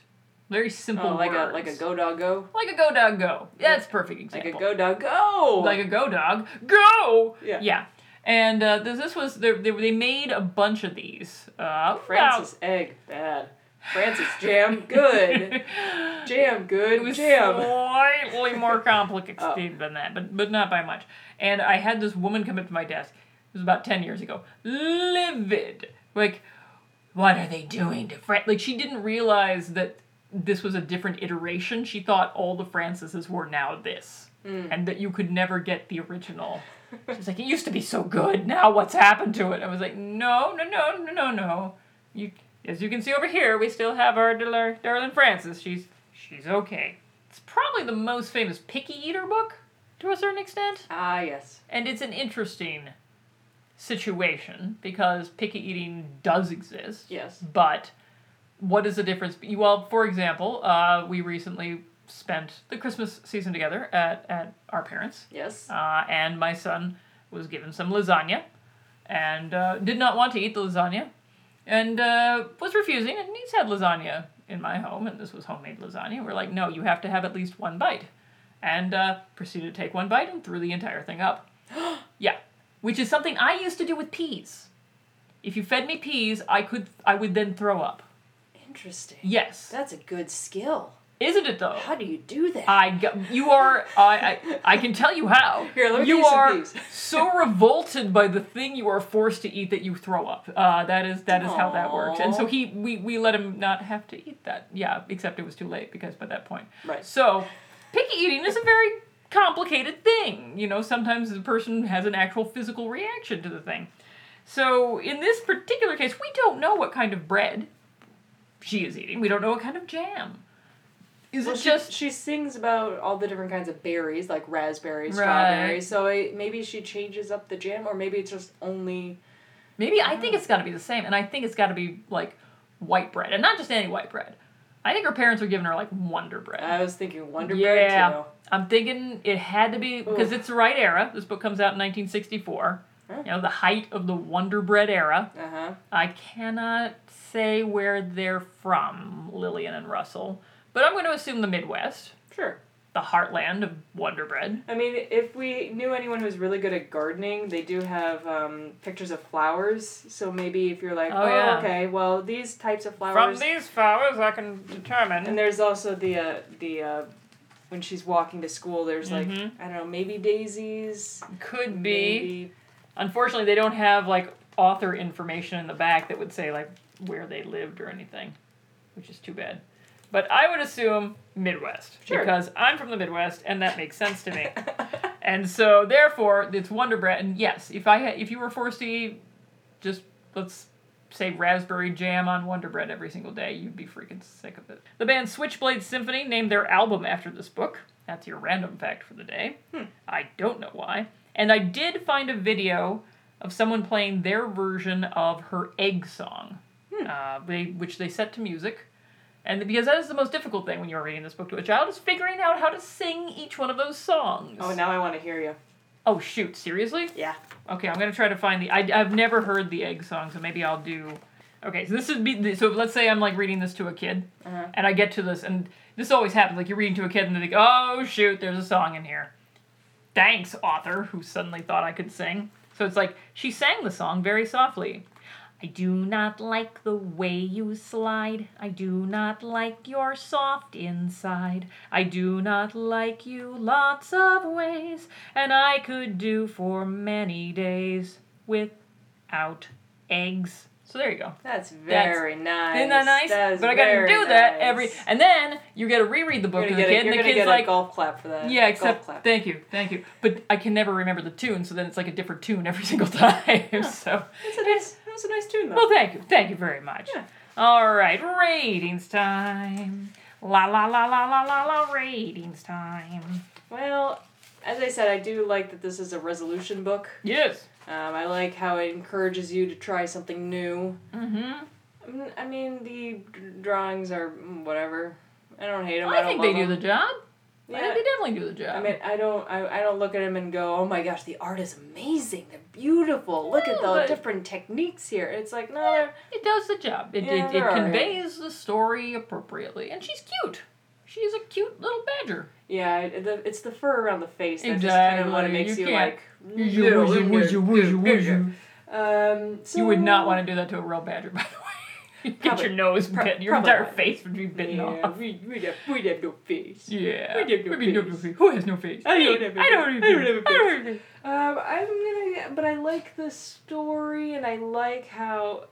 [SPEAKER 4] Very simple.
[SPEAKER 5] Oh, like
[SPEAKER 4] words.
[SPEAKER 5] a like a go dog go.
[SPEAKER 4] Like a go dog go. That's a perfect
[SPEAKER 5] Like
[SPEAKER 4] example.
[SPEAKER 5] a go dog go.
[SPEAKER 4] Like a go dog go.
[SPEAKER 5] Yeah.
[SPEAKER 4] Yeah. And uh, this, this was they, they they made a bunch of these. Uh,
[SPEAKER 5] Francis egg bad. Francis jam good.
[SPEAKER 4] about-
[SPEAKER 5] jam good.
[SPEAKER 4] It was
[SPEAKER 5] jam.
[SPEAKER 4] slightly more complicated
[SPEAKER 5] Oh.
[SPEAKER 4] than that, but but not by much. And I had this woman come up to my desk. It was about ten years ago. Livid, like, what are they doing to Fran? Like she didn't realize that this was a different iteration. She thought all the Francises were now this, and that you could never get the original. She was like, it used to be so good. Now what's happened to it? I was like, no, no, no, no, no, no. You, as you can see over here, we still have our dar- darling Frances. She's she's okay. It's probably the most famous picky eater book to a certain extent,
[SPEAKER 5] Ah yes.
[SPEAKER 4] and it's an interesting situation because picky eating does exist.
[SPEAKER 5] Yes.
[SPEAKER 4] But what is the difference? be- Well, for example, uh, we recently spent the Christmas season together at, at our parents'
[SPEAKER 5] Yes.
[SPEAKER 4] Uh, and my son was given some lasagna and uh, did not want to eat the lasagna and uh, was refusing. And he's had lasagna in my home, and this was homemade lasagna. We're like, no, you have to have at least one bite. And uh, proceeded to take one bite and threw the entire thing up. yeah, which is something I used to do with peas. If you fed me peas, I could I would then throw up.
[SPEAKER 5] Interesting.
[SPEAKER 4] Yes,
[SPEAKER 5] That's a good skill.
[SPEAKER 4] isn't it though?
[SPEAKER 5] How do you do that?
[SPEAKER 4] I go- you are I, I I can tell you how.
[SPEAKER 5] Here, let me
[SPEAKER 4] you
[SPEAKER 5] get you some
[SPEAKER 4] are
[SPEAKER 5] peas.
[SPEAKER 4] so revolted by the thing you are forced to eat that you throw up. Uh, that is that is how that works. And so
[SPEAKER 5] Aw.
[SPEAKER 4] he we we let him not have to eat that. Yeah, except it was too late because by that point.
[SPEAKER 5] Right.
[SPEAKER 4] So picky eating is a very complicated thing. You know, sometimes the person has an actual physical reaction to the thing. So in this particular case, we don't know what kind of bread she is eating. We don't know what kind of jam. Is
[SPEAKER 5] Well,
[SPEAKER 4] it
[SPEAKER 5] she,
[SPEAKER 4] just
[SPEAKER 5] she sings about all the different kinds of berries, like raspberries,
[SPEAKER 4] Right.
[SPEAKER 5] strawberries. So I, maybe she changes up the jam, or maybe it's just only
[SPEAKER 4] Maybe I
[SPEAKER 5] Mm.
[SPEAKER 4] think it's got to be the same, and I think it's got to be like white bread, and not just any white bread. I think her parents are giving her like Wonder Bread.
[SPEAKER 5] I was thinking Uh, Wonder
[SPEAKER 4] yeah,
[SPEAKER 5] Bread too.
[SPEAKER 4] I'm thinking it had to be because
[SPEAKER 5] Oof.
[SPEAKER 4] it's the right era. This book comes out in 1964. You know, the height of the Wonder Bread era.
[SPEAKER 5] Uh huh.
[SPEAKER 4] I cannot say where they're from, Lillian and Russell, but I'm going to assume the Midwest,
[SPEAKER 5] Sure.
[SPEAKER 4] the heartland of Wonder Bread.
[SPEAKER 5] I mean, if we knew anyone who's really good at gardening, they do have um, pictures of flowers. So maybe if you're like,
[SPEAKER 4] Oh,
[SPEAKER 5] oh,
[SPEAKER 4] yeah.
[SPEAKER 5] okay, well, these types of
[SPEAKER 4] From
[SPEAKER 5] flowers.
[SPEAKER 4] these flowers, I can determine.
[SPEAKER 5] and there's also the uh, the uh, when she's walking to school. There's like
[SPEAKER 4] Mhm.
[SPEAKER 5] I don't know, maybe daisies.
[SPEAKER 4] could be.
[SPEAKER 5] Maybe
[SPEAKER 4] Unfortunately, they don't have like author information in the back that would say like where they lived or anything, which is too bad. But I would assume Midwest
[SPEAKER 5] Sure.
[SPEAKER 4] because I'm from the Midwest and that makes sense to me. and so therefore, it's Wonder Bread. And yes, if I had, if you were forced to eat just let's say raspberry jam on Wonder Bread every single day, you'd be freaking sick of it. The band Switchblade Symphony named their album after this book. That's your random fact for the day. I don't know why. And I did find a video of someone playing their version of her egg song, uh, they, which they set to music. And because that is the most difficult thing when you're reading this book to a child is figuring out how to sing each one of those songs.
[SPEAKER 5] Oh, now I want to hear you.
[SPEAKER 4] Oh shoot! Seriously?
[SPEAKER 5] Yeah.
[SPEAKER 4] Okay, I'm gonna try to find the. I, I've never heard the egg song, so maybe I'll do. Okay, so this is be the- so. Let's say I'm like reading this to a kid,
[SPEAKER 5] Uh-huh.
[SPEAKER 4] and I get to this, and this always happens. Like you're reading to a kid, and they think, "Oh shoot, there's a song in here." Thanks, author, who suddenly thought I could sing. So it's like she sang the song very softly. I do not like the way you slide. I do not like your soft inside. I do not like you lots of ways. And I could do for many days without eggs. So there you go.
[SPEAKER 5] That's very nice.
[SPEAKER 4] Isn't that nice?
[SPEAKER 5] That is
[SPEAKER 4] but I gotta
[SPEAKER 5] very
[SPEAKER 4] do that
[SPEAKER 5] nice.
[SPEAKER 4] every. And then you gotta reread the
[SPEAKER 5] You're
[SPEAKER 4] book to
[SPEAKER 5] gonna
[SPEAKER 4] the kid,
[SPEAKER 5] get, a, you're
[SPEAKER 4] and the
[SPEAKER 5] gonna
[SPEAKER 4] kid's
[SPEAKER 5] get
[SPEAKER 4] like,
[SPEAKER 5] a golf clap for that.
[SPEAKER 4] yeah,
[SPEAKER 5] golf
[SPEAKER 4] except
[SPEAKER 5] clap.
[SPEAKER 4] thank you, thank you. But I can never remember the tune, so then it's like a different tune every single time. So
[SPEAKER 5] That's a nice, that was a nice tune though.
[SPEAKER 4] well, thank you, thank you very much.
[SPEAKER 5] Yeah.
[SPEAKER 4] All right, ratings time. La la la la la la la ratings time.
[SPEAKER 5] Well, as I said, I do like that this is a resolution book.
[SPEAKER 4] Yes.
[SPEAKER 5] Um, I like how it encourages you to try something new.
[SPEAKER 4] Mm-hmm.
[SPEAKER 5] I mean- I mean, the d- drawings are mm, whatever. I don't hate them.
[SPEAKER 4] I, think they do the job. I
[SPEAKER 5] Yeah.
[SPEAKER 4] think they definitely do the job.
[SPEAKER 5] I mean, I don't. I, I don't look at them and go, "Oh my gosh, the art is amazing. They're beautiful. Look at
[SPEAKER 4] Yeah,
[SPEAKER 5] the
[SPEAKER 4] but-
[SPEAKER 5] different techniques here. It's like, no, they're,
[SPEAKER 4] It does the job. It,
[SPEAKER 5] Yeah,
[SPEAKER 4] it, it
[SPEAKER 5] they're all right.
[SPEAKER 4] conveys the story appropriately. And she's cute. She's a cute little badger.
[SPEAKER 5] yeah, it, the, it's the fur around the face that just kind of
[SPEAKER 4] Exactly.
[SPEAKER 5] what it makes
[SPEAKER 4] You
[SPEAKER 5] you,
[SPEAKER 4] can't-
[SPEAKER 5] like.
[SPEAKER 4] You
[SPEAKER 5] "No,
[SPEAKER 4] woozy,
[SPEAKER 5] I'm
[SPEAKER 4] woozy,
[SPEAKER 5] good,
[SPEAKER 4] woozy,
[SPEAKER 5] good,
[SPEAKER 4] woozy."
[SPEAKER 5] good, good." Um, so
[SPEAKER 4] You would not want to do that to a real badger, by the way. Get
[SPEAKER 5] Probably-
[SPEAKER 4] your nose
[SPEAKER 5] prob-
[SPEAKER 4] bitten. Your
[SPEAKER 5] probably
[SPEAKER 4] entire
[SPEAKER 5] not.
[SPEAKER 4] face would be bitten
[SPEAKER 5] Yeah,
[SPEAKER 4] off.
[SPEAKER 5] we we have we have no face.
[SPEAKER 4] Yeah.
[SPEAKER 5] We don't have
[SPEAKER 4] Maybe no
[SPEAKER 5] face.
[SPEAKER 4] face. Who has no face?
[SPEAKER 5] I don't
[SPEAKER 4] Me.
[SPEAKER 5] have a
[SPEAKER 4] I don't
[SPEAKER 5] face.
[SPEAKER 4] have
[SPEAKER 5] I
[SPEAKER 4] a
[SPEAKER 5] don't
[SPEAKER 4] face.
[SPEAKER 5] have a Um, I'm gonna, but I like the story, and I like how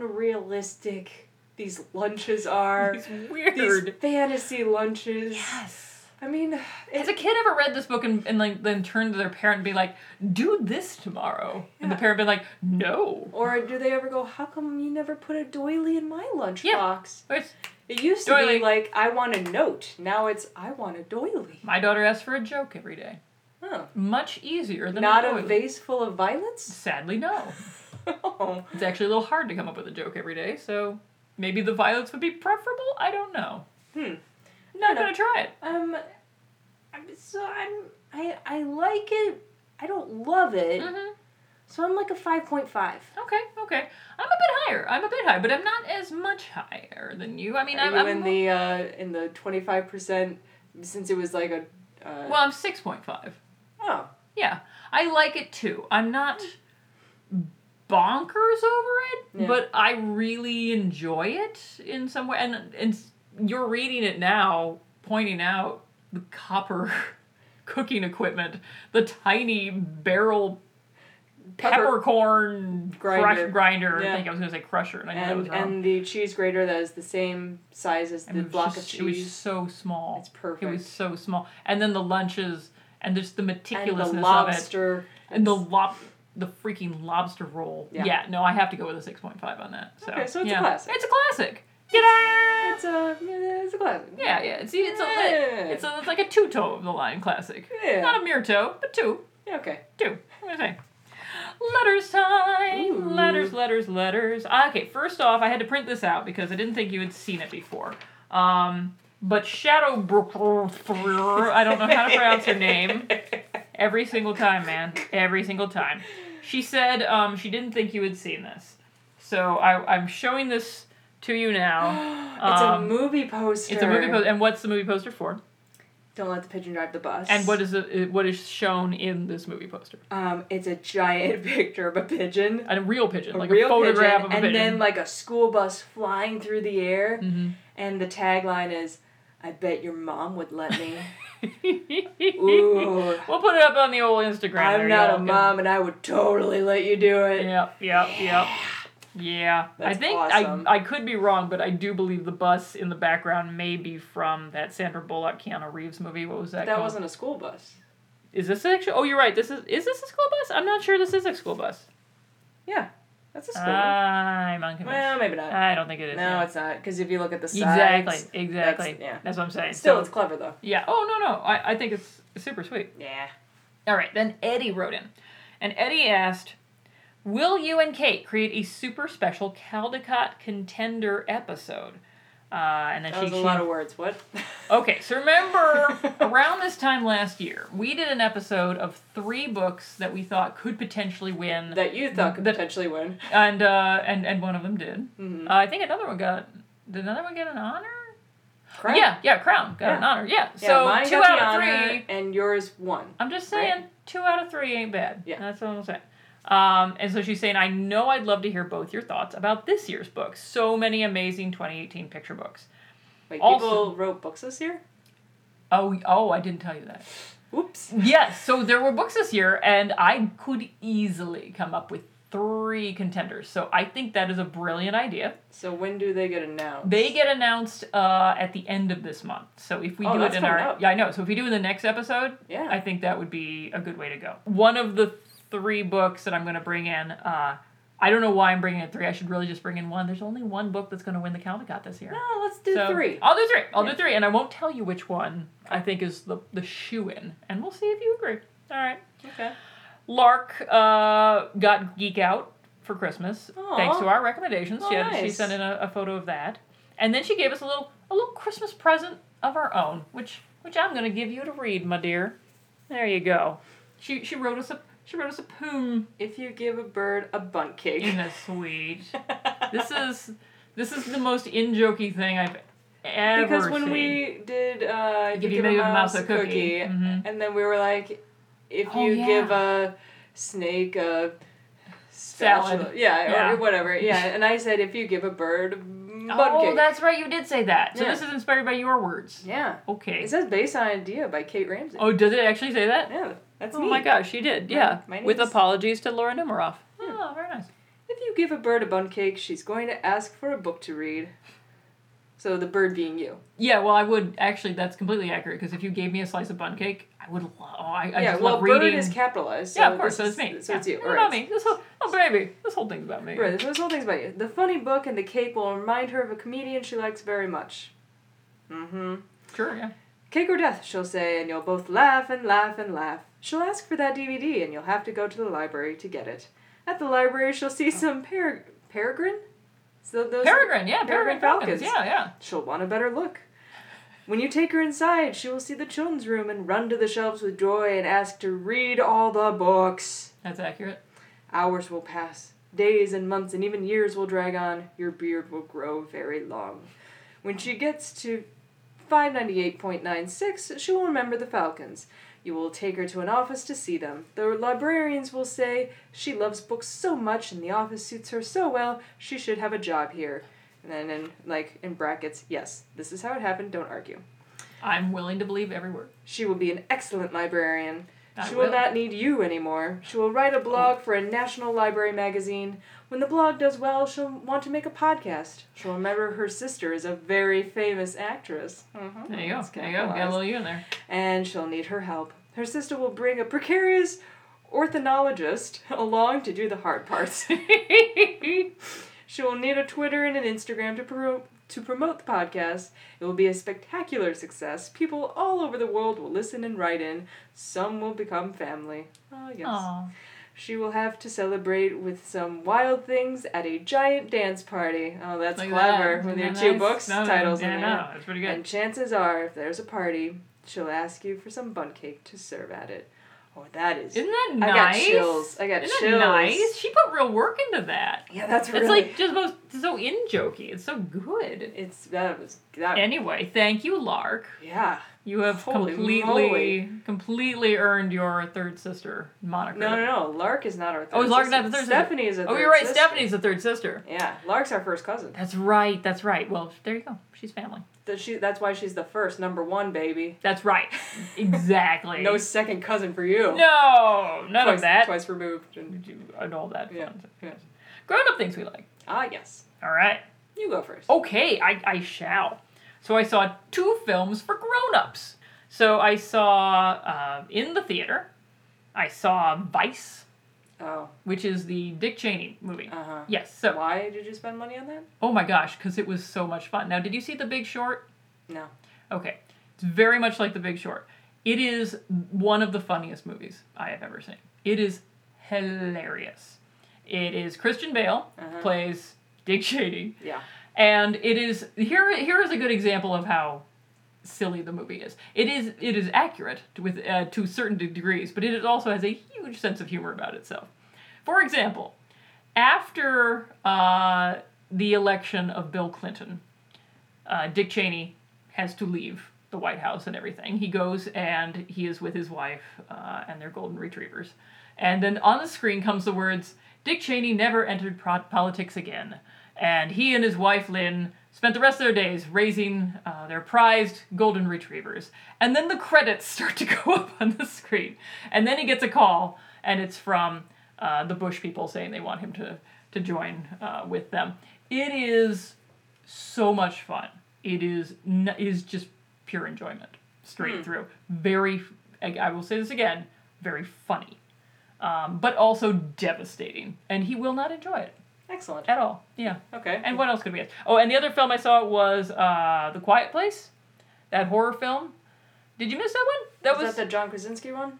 [SPEAKER 5] unrealistic these lunches are.
[SPEAKER 4] It's
[SPEAKER 5] these
[SPEAKER 4] weird.
[SPEAKER 5] fantasy lunches.
[SPEAKER 4] Yes.
[SPEAKER 5] I mean, it,
[SPEAKER 4] Has a kid ever read this book and, and like then turned to their parent and be like, "Do this tomorrow," and the
[SPEAKER 5] Yeah.
[SPEAKER 4] parent been like, "No."
[SPEAKER 5] or do they ever go? How come you never put a doily in my lunchbox?
[SPEAKER 4] Yeah. It's-
[SPEAKER 5] It used to
[SPEAKER 4] Doily.
[SPEAKER 5] be like I want a note. Now it's I want a doily.
[SPEAKER 4] my daughter asks for a joke every day.
[SPEAKER 5] Huh.
[SPEAKER 4] Much easier than
[SPEAKER 5] Not
[SPEAKER 4] a
[SPEAKER 5] a
[SPEAKER 4] toilet.
[SPEAKER 5] vase full of violets.
[SPEAKER 4] Sadly, no.
[SPEAKER 5] oh.
[SPEAKER 4] It's actually a little hard to come up with a joke every day, so maybe the violets would be preferable. I don't know.
[SPEAKER 5] Hmm.
[SPEAKER 4] Not
[SPEAKER 5] No.
[SPEAKER 4] gonna try it.
[SPEAKER 5] Um, I'm- so I'm I I like it. I don't love it.
[SPEAKER 4] hmm
[SPEAKER 5] So I'm like a five point five.
[SPEAKER 4] Okay, okay. I'm a bit higher. I'm a bit high, but I'm not as much higher than you. I mean,
[SPEAKER 5] Are
[SPEAKER 4] I'm,
[SPEAKER 5] you
[SPEAKER 4] I'm
[SPEAKER 5] in the uh, in the twenty five percent since it was like a uh,
[SPEAKER 4] well, I'm six point five.
[SPEAKER 5] oh
[SPEAKER 4] Yeah, I like it too. I'm not bonkers over it,
[SPEAKER 5] Yeah.
[SPEAKER 4] but I really enjoy it in some way. And and you're reading it now, pointing out the copper cooking equipment, the tiny barrel
[SPEAKER 5] Pepper-
[SPEAKER 4] peppercorn grinder.
[SPEAKER 5] Grinder.
[SPEAKER 4] grinder. I
[SPEAKER 5] Yeah.
[SPEAKER 4] think I was gonna say crusher, and I knew that
[SPEAKER 5] and
[SPEAKER 4] was wrong.
[SPEAKER 5] and the cheese grater that is the same size as
[SPEAKER 4] I
[SPEAKER 5] the
[SPEAKER 4] mean, it was
[SPEAKER 5] block
[SPEAKER 4] just-
[SPEAKER 5] of
[SPEAKER 4] It was
[SPEAKER 5] cheese
[SPEAKER 4] so small.
[SPEAKER 5] It's
[SPEAKER 4] It
[SPEAKER 5] perfect.
[SPEAKER 4] was so small, and then the lunches, and just the
[SPEAKER 5] and the
[SPEAKER 4] meticulousness of it.
[SPEAKER 5] lobster
[SPEAKER 4] And the lob, the freaking lobster roll.
[SPEAKER 5] Yeah.
[SPEAKER 4] Yeah. no, I have to go with a six point five on that. So,
[SPEAKER 5] Okay, so it's a
[SPEAKER 4] yeah.
[SPEAKER 5] classic.
[SPEAKER 4] It's a classic. Ta-da!
[SPEAKER 5] It's a it's a glass.
[SPEAKER 4] yeah, yeah. It's it's a
[SPEAKER 5] Yeah.
[SPEAKER 4] it's, a, it's like a two toe of the line classic.
[SPEAKER 5] Yeah.
[SPEAKER 4] Not a mere toe, but two,
[SPEAKER 5] Yeah, okay.
[SPEAKER 4] two. What did I say? Letters time.
[SPEAKER 5] Ooh.
[SPEAKER 4] Letters, letters, letters. Ah, Okay, first off, I had to print this out because I didn't think you had seen it before. Um, but Shadow I don't know how to pronounce her name. Every single time, man. Every single time. She said um, she didn't think you had seen this. So I, I'm showing this to you now.
[SPEAKER 5] It's a
[SPEAKER 4] Um,
[SPEAKER 5] movie poster.
[SPEAKER 4] It's a movie poster. And what's the movie poster for?
[SPEAKER 5] Don't let the pigeon drive the bus.
[SPEAKER 4] And what is the, what is shown in this movie poster?
[SPEAKER 5] Um, it's a giant picture of a pigeon.
[SPEAKER 4] A real pigeon,
[SPEAKER 5] a
[SPEAKER 4] like
[SPEAKER 5] real
[SPEAKER 4] a photograph
[SPEAKER 5] pigeon,
[SPEAKER 4] of a
[SPEAKER 5] and
[SPEAKER 4] pigeon. Mm-hmm.
[SPEAKER 5] then like a school bus flying through the air, and the tagline is, "I bet your mom would let me." Ooh,
[SPEAKER 4] We'll put it up on the old Instagram.
[SPEAKER 5] I'm
[SPEAKER 4] there,
[SPEAKER 5] not a
[SPEAKER 4] y'all can-
[SPEAKER 5] mom, and I would totally let you do it.
[SPEAKER 4] Yep, yep, yep. Yeah.
[SPEAKER 5] That's
[SPEAKER 4] I think
[SPEAKER 5] awesome.
[SPEAKER 4] I I could be wrong, but I do believe the bus in the background may be from that Sandra Bullock Keanu Reeves movie. What was that?
[SPEAKER 5] That
[SPEAKER 4] called?
[SPEAKER 5] wasn't a school bus.
[SPEAKER 4] Is this actually? Oh, you're right. This is. Is this a school bus? I'm not sure. This is a school bus.
[SPEAKER 5] Yeah, that's a school. bus.
[SPEAKER 4] I'm unconvinced.
[SPEAKER 5] well, maybe not.
[SPEAKER 4] I don't think it is.
[SPEAKER 5] no,
[SPEAKER 4] Uh, yeah.
[SPEAKER 5] it's not, because if you look at the sides,
[SPEAKER 4] exactly, exactly.
[SPEAKER 5] that's- yeah.
[SPEAKER 4] That's what I'm saying.
[SPEAKER 5] Still,
[SPEAKER 4] So-
[SPEAKER 5] it's clever though.
[SPEAKER 4] yeah. Oh no no. I I think it's super sweet.
[SPEAKER 5] Yeah.
[SPEAKER 4] All right, then Eddie wrote in. And Eddie asked, Will you and Kate create a super special Caldecott contender episode? Uh, and then
[SPEAKER 5] That
[SPEAKER 4] she,
[SPEAKER 5] was a
[SPEAKER 4] she-
[SPEAKER 5] lot of words. What?
[SPEAKER 4] Okay, so remember around this time last year, we did an episode of three books that we thought could potentially win,
[SPEAKER 5] that you thought could
[SPEAKER 4] That-
[SPEAKER 5] potentially win.
[SPEAKER 4] and uh, and and one of them did.
[SPEAKER 5] Mm-hmm.
[SPEAKER 4] Uh, I think another one got did another one get an honor?
[SPEAKER 5] Correct?
[SPEAKER 4] Yeah, yeah, Crown got an
[SPEAKER 5] Yeah.
[SPEAKER 4] honor. Yeah,
[SPEAKER 5] Yeah,
[SPEAKER 4] so
[SPEAKER 5] mine
[SPEAKER 4] two
[SPEAKER 5] got
[SPEAKER 4] out
[SPEAKER 5] the
[SPEAKER 4] of
[SPEAKER 5] honor,
[SPEAKER 4] three.
[SPEAKER 5] and yours won.
[SPEAKER 4] I'm just saying, two out of three ain't bad.
[SPEAKER 5] Yeah.
[SPEAKER 4] That's what I'm saying. Um, and so she's saying, I know I'd love to hear both your thoughts about this year's book. So many amazing 2018 picture books.
[SPEAKER 5] Wait,
[SPEAKER 4] Also-
[SPEAKER 5] people wrote books this year?
[SPEAKER 4] Oh, oh, I didn't tell you that.
[SPEAKER 5] Whoops.
[SPEAKER 4] Yes, so there were books this year, and I could easily come up with three contenders. So I think that is a brilliant idea.
[SPEAKER 5] So when do they get announced?
[SPEAKER 4] They get announced uh, at the end of this month. So if we
[SPEAKER 5] Oh,
[SPEAKER 4] do it
[SPEAKER 5] that's
[SPEAKER 4] in
[SPEAKER 5] coming
[SPEAKER 4] our
[SPEAKER 5] up.
[SPEAKER 4] yeah, I know. So if we do it in the next episode,
[SPEAKER 5] Yeah.
[SPEAKER 4] I think that would be a good way to go. One of the three books that I'm going to bring in. Uh, I don't know why I'm bringing in three. I should really just bring in one. There's only one book that's going to win the Caldecott this year.
[SPEAKER 5] No, Oh, let's do
[SPEAKER 4] So- uh,
[SPEAKER 5] three.
[SPEAKER 4] I'll do three. I'll do three, and I won't tell you which one I think is the the shoe in, and we'll see if you agree. All right.
[SPEAKER 5] Okay.
[SPEAKER 4] Lark uh, got Geek Out for Christmas,
[SPEAKER 5] Aw.
[SPEAKER 4] thanks to our recommendations. she,
[SPEAKER 5] Oh,
[SPEAKER 4] had, she
[SPEAKER 5] nice.
[SPEAKER 4] sent in a, a photo of that, and then she gave us a little a little Christmas present of our own, which which I'm gonna give you to read, my dear. There you go. She she wrote us a She wrote us a poem.
[SPEAKER 5] If you give a bird a bunt cake.
[SPEAKER 4] Isn't that sweet? this is this is the most in jokey thing I've ever
[SPEAKER 5] because when
[SPEAKER 4] seen.
[SPEAKER 5] we did uh, if
[SPEAKER 4] Give
[SPEAKER 5] you,
[SPEAKER 4] you
[SPEAKER 5] give a
[SPEAKER 4] maybe
[SPEAKER 5] mouse a cookie,
[SPEAKER 4] mhm.
[SPEAKER 5] and then we were like, if
[SPEAKER 4] Oh,
[SPEAKER 5] you
[SPEAKER 4] yeah.
[SPEAKER 5] give a snake a spatula,
[SPEAKER 4] Salad.
[SPEAKER 5] yeah,
[SPEAKER 4] Yeah.
[SPEAKER 5] or whatever, yeah, and I said if you give a bird a mud
[SPEAKER 4] oh,
[SPEAKER 5] cake,
[SPEAKER 4] that's right. You did say that. So
[SPEAKER 5] Yeah.
[SPEAKER 4] this is inspired by your words.
[SPEAKER 5] yeah,
[SPEAKER 4] Okay.
[SPEAKER 5] it says based on idea by Kate Ramsey.
[SPEAKER 4] oh, does it actually say that?
[SPEAKER 5] yeah, that's
[SPEAKER 4] oh
[SPEAKER 5] neat.
[SPEAKER 4] my gosh, she did. Yeah.
[SPEAKER 5] my
[SPEAKER 4] With
[SPEAKER 5] name's-
[SPEAKER 4] apologies to Laura Numeroff. Oh, very nice.
[SPEAKER 5] If you give a bird a bun cake, she's going to ask for a book to read. So the bird being you.
[SPEAKER 4] Yeah, well, I would actually. That's completely accurate because if you gave me a slice of bun cake, I would. Lo- oh, I, I
[SPEAKER 5] yeah,
[SPEAKER 4] just
[SPEAKER 5] well,
[SPEAKER 4] love
[SPEAKER 5] bird
[SPEAKER 4] reading.
[SPEAKER 5] is capitalized. So
[SPEAKER 4] yeah, of course, so it's
[SPEAKER 5] this
[SPEAKER 4] me.
[SPEAKER 5] is- So
[SPEAKER 4] yeah.
[SPEAKER 5] it's you.
[SPEAKER 4] It's
[SPEAKER 5] All
[SPEAKER 4] about
[SPEAKER 5] right.
[SPEAKER 4] me. This whole, oh, baby, this whole thing's about me.
[SPEAKER 5] Right, so this whole thing's about you. The funny book and the cake will remind her of a comedian she likes very much. Mm-hmm.
[SPEAKER 4] Sure. Yeah.
[SPEAKER 5] Cake or death, she'll say, and you'll both laugh and laugh and laugh. She'll ask for that DVD, and you'll have to go to the library to get it. At the library, she'll see some per- peregrine. So those
[SPEAKER 4] Oh. Peregrine. Yeah. Peregrine,
[SPEAKER 5] Peregrine
[SPEAKER 4] Falcons.
[SPEAKER 5] Falcons.
[SPEAKER 4] Yeah. Yeah.
[SPEAKER 5] She'll want a better look. When you take her inside, she will see the children's room and run to the shelves with joy and ask to read all the books.
[SPEAKER 4] That's accurate.
[SPEAKER 5] Hours will pass, days and months and even years will drag on. Your beard will grow very long. When she gets to 598.96, she will remember the Falcons. You will take her to an office to see them. The librarians will say she loves books so much and the office suits her so well, she should have a job here. And then in like in brackets, yes, this is how it happened, don't argue.
[SPEAKER 4] I'm willing to believe every word.
[SPEAKER 5] She will be an excellent librarian.
[SPEAKER 4] I
[SPEAKER 5] she will,
[SPEAKER 4] will.
[SPEAKER 5] not need you anymore. She will write a blog for a national library magazine. When the blog does well, she'll want to make a podcast. She'll remember her sister is a very famous actress. Mhm.
[SPEAKER 4] There you go.
[SPEAKER 5] It's
[SPEAKER 4] There you go. Got a
[SPEAKER 5] capitalized.
[SPEAKER 4] little you in there.
[SPEAKER 5] And she'll need her help. Her sister will bring a precarious orthonologist along to do the hard parts. She will need a Twitter and an Instagram to pro- to promote the podcast. It will be a spectacular success. People all over the world will listen and write in. Some will become family. Ah, yes.
[SPEAKER 4] Aw.
[SPEAKER 5] She will have to celebrate with some wild things at a giant dance party. Oh, that's
[SPEAKER 4] Look at that.
[SPEAKER 5] clever with
[SPEAKER 4] Isn't
[SPEAKER 5] your
[SPEAKER 4] that
[SPEAKER 5] two
[SPEAKER 4] nice?
[SPEAKER 5] books
[SPEAKER 4] No,
[SPEAKER 5] titles
[SPEAKER 4] yeah,
[SPEAKER 5] in there.
[SPEAKER 4] no, that's pretty good.
[SPEAKER 5] And chances are, if there's a party, she'll ask you for some bun cake to serve at it. Oh, that is-
[SPEAKER 4] Isn't that
[SPEAKER 5] I
[SPEAKER 4] nice?
[SPEAKER 5] got chills. I got
[SPEAKER 4] Isn't
[SPEAKER 5] chills.
[SPEAKER 4] that nice? She put real work into that.
[SPEAKER 5] Yeah, that's
[SPEAKER 4] It's
[SPEAKER 5] really.
[SPEAKER 4] like just most so in jokey. It's so good.
[SPEAKER 5] it's that was that.
[SPEAKER 4] Anyway, thank you, Lark.
[SPEAKER 5] yeah.
[SPEAKER 4] You have
[SPEAKER 5] Holy
[SPEAKER 4] completely,
[SPEAKER 5] moly.
[SPEAKER 4] completely earned your third sister moniker.
[SPEAKER 5] No, no, no. Lark is not our third
[SPEAKER 4] Oh, is Lark
[SPEAKER 5] sister.
[SPEAKER 4] not the third sister?
[SPEAKER 5] Stephanie is a third
[SPEAKER 4] Oh, you're right.
[SPEAKER 5] sister.
[SPEAKER 4] Stephanie's the third sister.
[SPEAKER 5] Yeah, Lark's our first cousin.
[SPEAKER 4] That's right. That's right. Well, there you go. She's family.
[SPEAKER 5] That she, that's why she's the first, number one baby.
[SPEAKER 4] That's right. Exactly.
[SPEAKER 5] No second cousin for you.
[SPEAKER 4] No, none
[SPEAKER 5] twice,
[SPEAKER 4] of that.
[SPEAKER 5] Twice removed. And,
[SPEAKER 4] And all that.
[SPEAKER 5] yeah,
[SPEAKER 4] fun.
[SPEAKER 5] yeah.
[SPEAKER 4] Grown up things we like.
[SPEAKER 5] Ah, yes.
[SPEAKER 4] All right.
[SPEAKER 5] You go
[SPEAKER 4] Oh.
[SPEAKER 5] first.
[SPEAKER 4] Okay, I, I shall. So I saw two films for grown-ups. So I saw uh, in the theater. I saw Vice,
[SPEAKER 5] Oh,
[SPEAKER 4] which is the Dick Cheney movie.
[SPEAKER 5] uh huh.
[SPEAKER 4] Yes. So
[SPEAKER 5] Why did you spend money on that?
[SPEAKER 4] oh my gosh, because it was so much fun. Now, did you see The Big Short?
[SPEAKER 5] No.
[SPEAKER 4] Okay, it's very much like The Big Short. It is one of the funniest movies I have ever seen. It is hilarious. It is Christian Bale
[SPEAKER 5] Uh-huh.
[SPEAKER 4] plays Dick Cheney.
[SPEAKER 5] Yeah.
[SPEAKER 4] and it is here here is a good example of how silly the movie is it is it is accurate to, with uh, to certain de- degrees but it also has a huge sense of humor about itself for example after uh, the election of bill clinton uh, dick cheney has to leave the white house and everything he goes and he is with his wife uh, and their golden retrievers and then on the screen comes the words dick cheney never entered pro- politics again and he and his wife Lynn spent the rest of their days raising uh, their prized golden retrievers. And then the credits start to go up on the screen, and then he gets a call, and it's from uh, the Bush people saying they want him to to join uh, with them. It is so much fun. It is n- is just pure enjoyment
[SPEAKER 5] Hmm.
[SPEAKER 4] straight through. Very, I I will say this again, very funny, um, but also devastating. And he will not enjoy it
[SPEAKER 5] Excellent.
[SPEAKER 4] at all. Yeah.
[SPEAKER 5] Okay.
[SPEAKER 4] And what else could we ask? Oh, and the other film I saw was uh, The Quiet Place, that horror film. Did you miss that one? That
[SPEAKER 5] was,
[SPEAKER 4] was,
[SPEAKER 5] that the John Krasinski one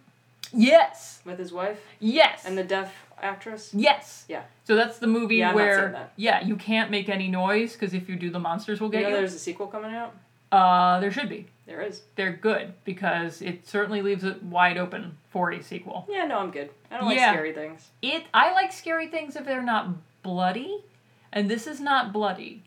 [SPEAKER 4] yes,
[SPEAKER 5] with his wife
[SPEAKER 4] yes,
[SPEAKER 5] and the deaf actress?
[SPEAKER 4] yes.
[SPEAKER 5] Yeah.
[SPEAKER 4] So that's the movie
[SPEAKER 5] Yeah, I've not
[SPEAKER 4] where
[SPEAKER 5] seen that.
[SPEAKER 4] yeah you can't make any noise because if you do the monsters will
[SPEAKER 5] You
[SPEAKER 4] get
[SPEAKER 5] know
[SPEAKER 4] you.
[SPEAKER 5] there's a sequel coming out?
[SPEAKER 4] Uh, there should be.
[SPEAKER 5] There is.
[SPEAKER 4] they're good because it certainly leaves it wide open for a sequel.
[SPEAKER 5] Yeah, no, I'm good. I don't like
[SPEAKER 4] Yeah.
[SPEAKER 5] scary things.
[SPEAKER 4] It I like scary things if they're not bloody, and this is not bloody.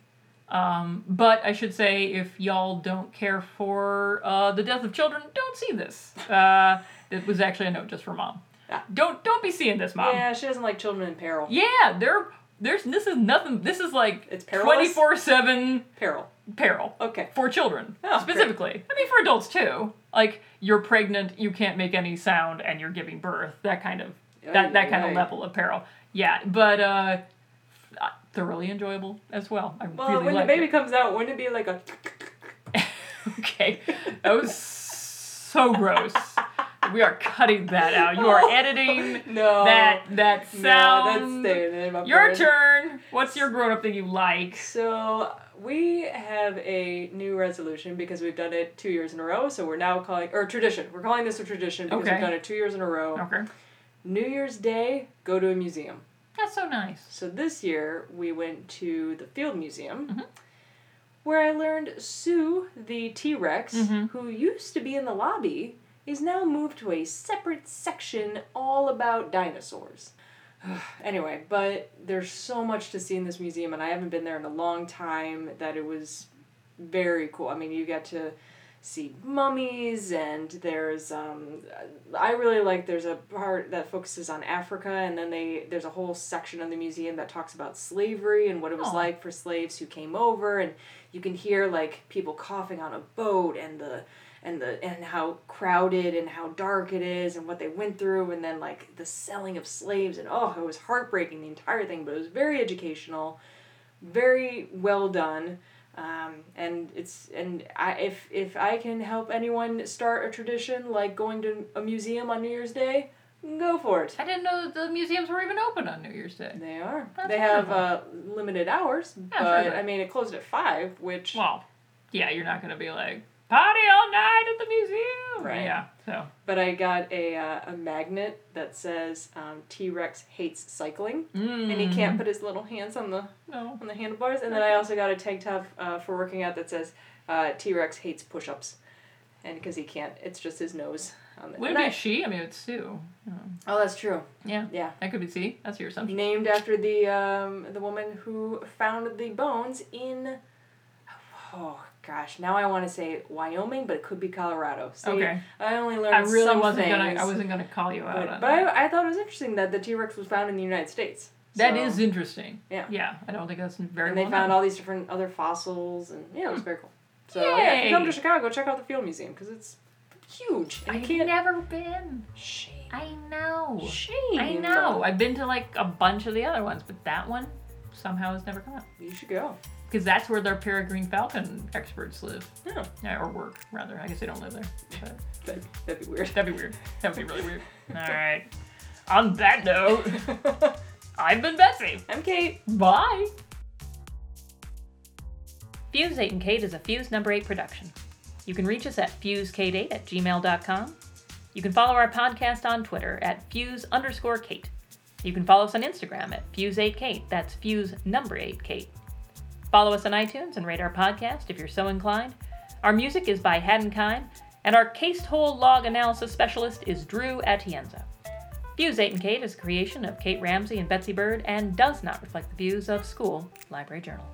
[SPEAKER 4] Um, but I should say, if y'all don't care for uh, the death of children, don't see this. Uh, it was actually a note just for mom.
[SPEAKER 5] Ah.
[SPEAKER 4] Don't don't be seeing this, mom.
[SPEAKER 5] yeah, she doesn't like children in peril.
[SPEAKER 4] Um. Yeah, there, there's this is nothing. This is like
[SPEAKER 5] It's perilous?
[SPEAKER 4] twenty four seven
[SPEAKER 5] Peril.
[SPEAKER 4] peril
[SPEAKER 5] Okay.
[SPEAKER 4] for children
[SPEAKER 5] Oh, great.
[SPEAKER 4] specifically. I mean, for adults too. Like you're pregnant, you can't make any sound, and you're giving birth. That kind of
[SPEAKER 5] Oh,
[SPEAKER 4] that that kind
[SPEAKER 5] Ay,
[SPEAKER 4] of
[SPEAKER 5] ay.
[SPEAKER 4] level of peril. Yeah, but uh, thoroughly enjoyable as well. I
[SPEAKER 5] Well,
[SPEAKER 4] really
[SPEAKER 5] when the
[SPEAKER 4] liked
[SPEAKER 5] baby
[SPEAKER 4] it.
[SPEAKER 5] comes out, wouldn't it be like a.
[SPEAKER 4] okay, that was so gross. We are cutting that out. You are editing
[SPEAKER 5] No.
[SPEAKER 4] that that
[SPEAKER 5] Oh. No,
[SPEAKER 4] sound.
[SPEAKER 5] that's staying in my
[SPEAKER 4] Your
[SPEAKER 5] brain.
[SPEAKER 4] turn. What's your grown up thing you like?
[SPEAKER 5] So we have a new resolution because we've done it two years in a row. So we're now calling or tradition. We're calling this a tradition because
[SPEAKER 4] Okay.
[SPEAKER 5] we've done it two years in a row.
[SPEAKER 4] Okay.
[SPEAKER 5] New Year's Day, go to a museum.
[SPEAKER 4] That's so nice.
[SPEAKER 5] So this year we went to the Field Museum. Where I learned Sue, the T Rex,
[SPEAKER 4] Mhm.
[SPEAKER 5] who used to be in the lobby, is now moved to a separate section all about dinosaurs. anyway, but there's so much to see in this museum, and I haven't been there in a long time that it was very cool. I mean, you get to see mummies, and there's um, I really like there's a part that focuses on Africa, and then they there's a whole section of the museum that talks about slavery and what it was
[SPEAKER 4] Oh.
[SPEAKER 5] like for slaves who came over, and you can hear like people coughing on a boat and the and the and how crowded and how dark it is and what they went through and then like the selling of slaves and oh it was heartbreaking the entire thing but it was very educational very well done um, and it's and I if if I can help anyone start a tradition like going to a museum on New Year's Day go for it
[SPEAKER 4] I didn't know that the museums were even open on New Year's Day.
[SPEAKER 5] they are
[SPEAKER 4] That's
[SPEAKER 5] they have uh, limited hours
[SPEAKER 4] Yeah,
[SPEAKER 5] but
[SPEAKER 4] sure, but-
[SPEAKER 5] I mean it closed at five which
[SPEAKER 4] Well, yeah, you're not gonna be like party all night at the museum.
[SPEAKER 5] Right.
[SPEAKER 4] Yeah. So
[SPEAKER 5] but I got a uh, a magnet that says um, T Rex hates cycling and he
[SPEAKER 4] Mm-hmm.
[SPEAKER 5] can't put his little hands on the
[SPEAKER 4] mm, no.
[SPEAKER 5] on the handlebars. And then I also got a tank top uh, for working out that says uh, T Rex hates push ups. And because he can't, it's just his nose on the
[SPEAKER 4] Would it
[SPEAKER 5] and
[SPEAKER 4] be
[SPEAKER 5] I-
[SPEAKER 4] a she? I mean, it's Sue.
[SPEAKER 5] Oh, that's true.
[SPEAKER 4] Yeah.
[SPEAKER 5] Yeah.
[SPEAKER 4] That could be C. That's your assumption.
[SPEAKER 5] Named after the um, the woman who found the bones in. Oh gosh, now I want to say Wyoming, but it could be Colorado. See,
[SPEAKER 4] Okay.
[SPEAKER 5] I only learned
[SPEAKER 4] I really
[SPEAKER 5] some
[SPEAKER 4] wasn't gonna.
[SPEAKER 5] things.
[SPEAKER 4] I wasn't gonna call you out.
[SPEAKER 5] But,
[SPEAKER 4] on
[SPEAKER 5] but
[SPEAKER 4] that.
[SPEAKER 5] I, I thought it was interesting that the T Rex was found in the United States.
[SPEAKER 4] That
[SPEAKER 5] So-
[SPEAKER 4] is interesting.
[SPEAKER 5] Yeah.
[SPEAKER 4] Yeah. I don't think that's very.
[SPEAKER 5] And they
[SPEAKER 4] well
[SPEAKER 5] found
[SPEAKER 4] known.
[SPEAKER 5] all these different other fossils, and yeah, it was very cool. So yeah, if
[SPEAKER 4] Yay!
[SPEAKER 5] you come to Chicago, check out the Field Museum because it's huge. And you
[SPEAKER 4] I've
[SPEAKER 5] can't.
[SPEAKER 4] never been.
[SPEAKER 5] Shame.
[SPEAKER 4] I know.
[SPEAKER 5] Shame.
[SPEAKER 4] I know. I've been to like a bunch of the other ones, but that one somehow has never come up.
[SPEAKER 5] You should go.
[SPEAKER 4] Because that's where their peregrine falcon experts live.
[SPEAKER 5] Yeah,
[SPEAKER 4] Yeah, or work, rather. I guess they don't live there. But
[SPEAKER 5] that'd, that'd be weird.
[SPEAKER 4] that'd be weird. That would be really weird. All right. On that note, I've been Betsy.
[SPEAKER 5] I'm Kate.
[SPEAKER 4] Bye. Fuse 8 and Kate is a Fuse number 8 production. You can reach us at fusekate8 at gmail.com. You can follow our podcast on Twitter at fuse underscore Kate. You can follow us on Instagram at fuse8kate. That's fuse number 8 Kate. Follow us on iTunes and rate our podcast if you're so inclined. Our music is by Haddon Kine, and our case hole log analysis specialist is Drew Atienza. Views 8 and Kate is a creation of Kate Ramsey and Betsy Bird and does not reflect the views of School Library Journal.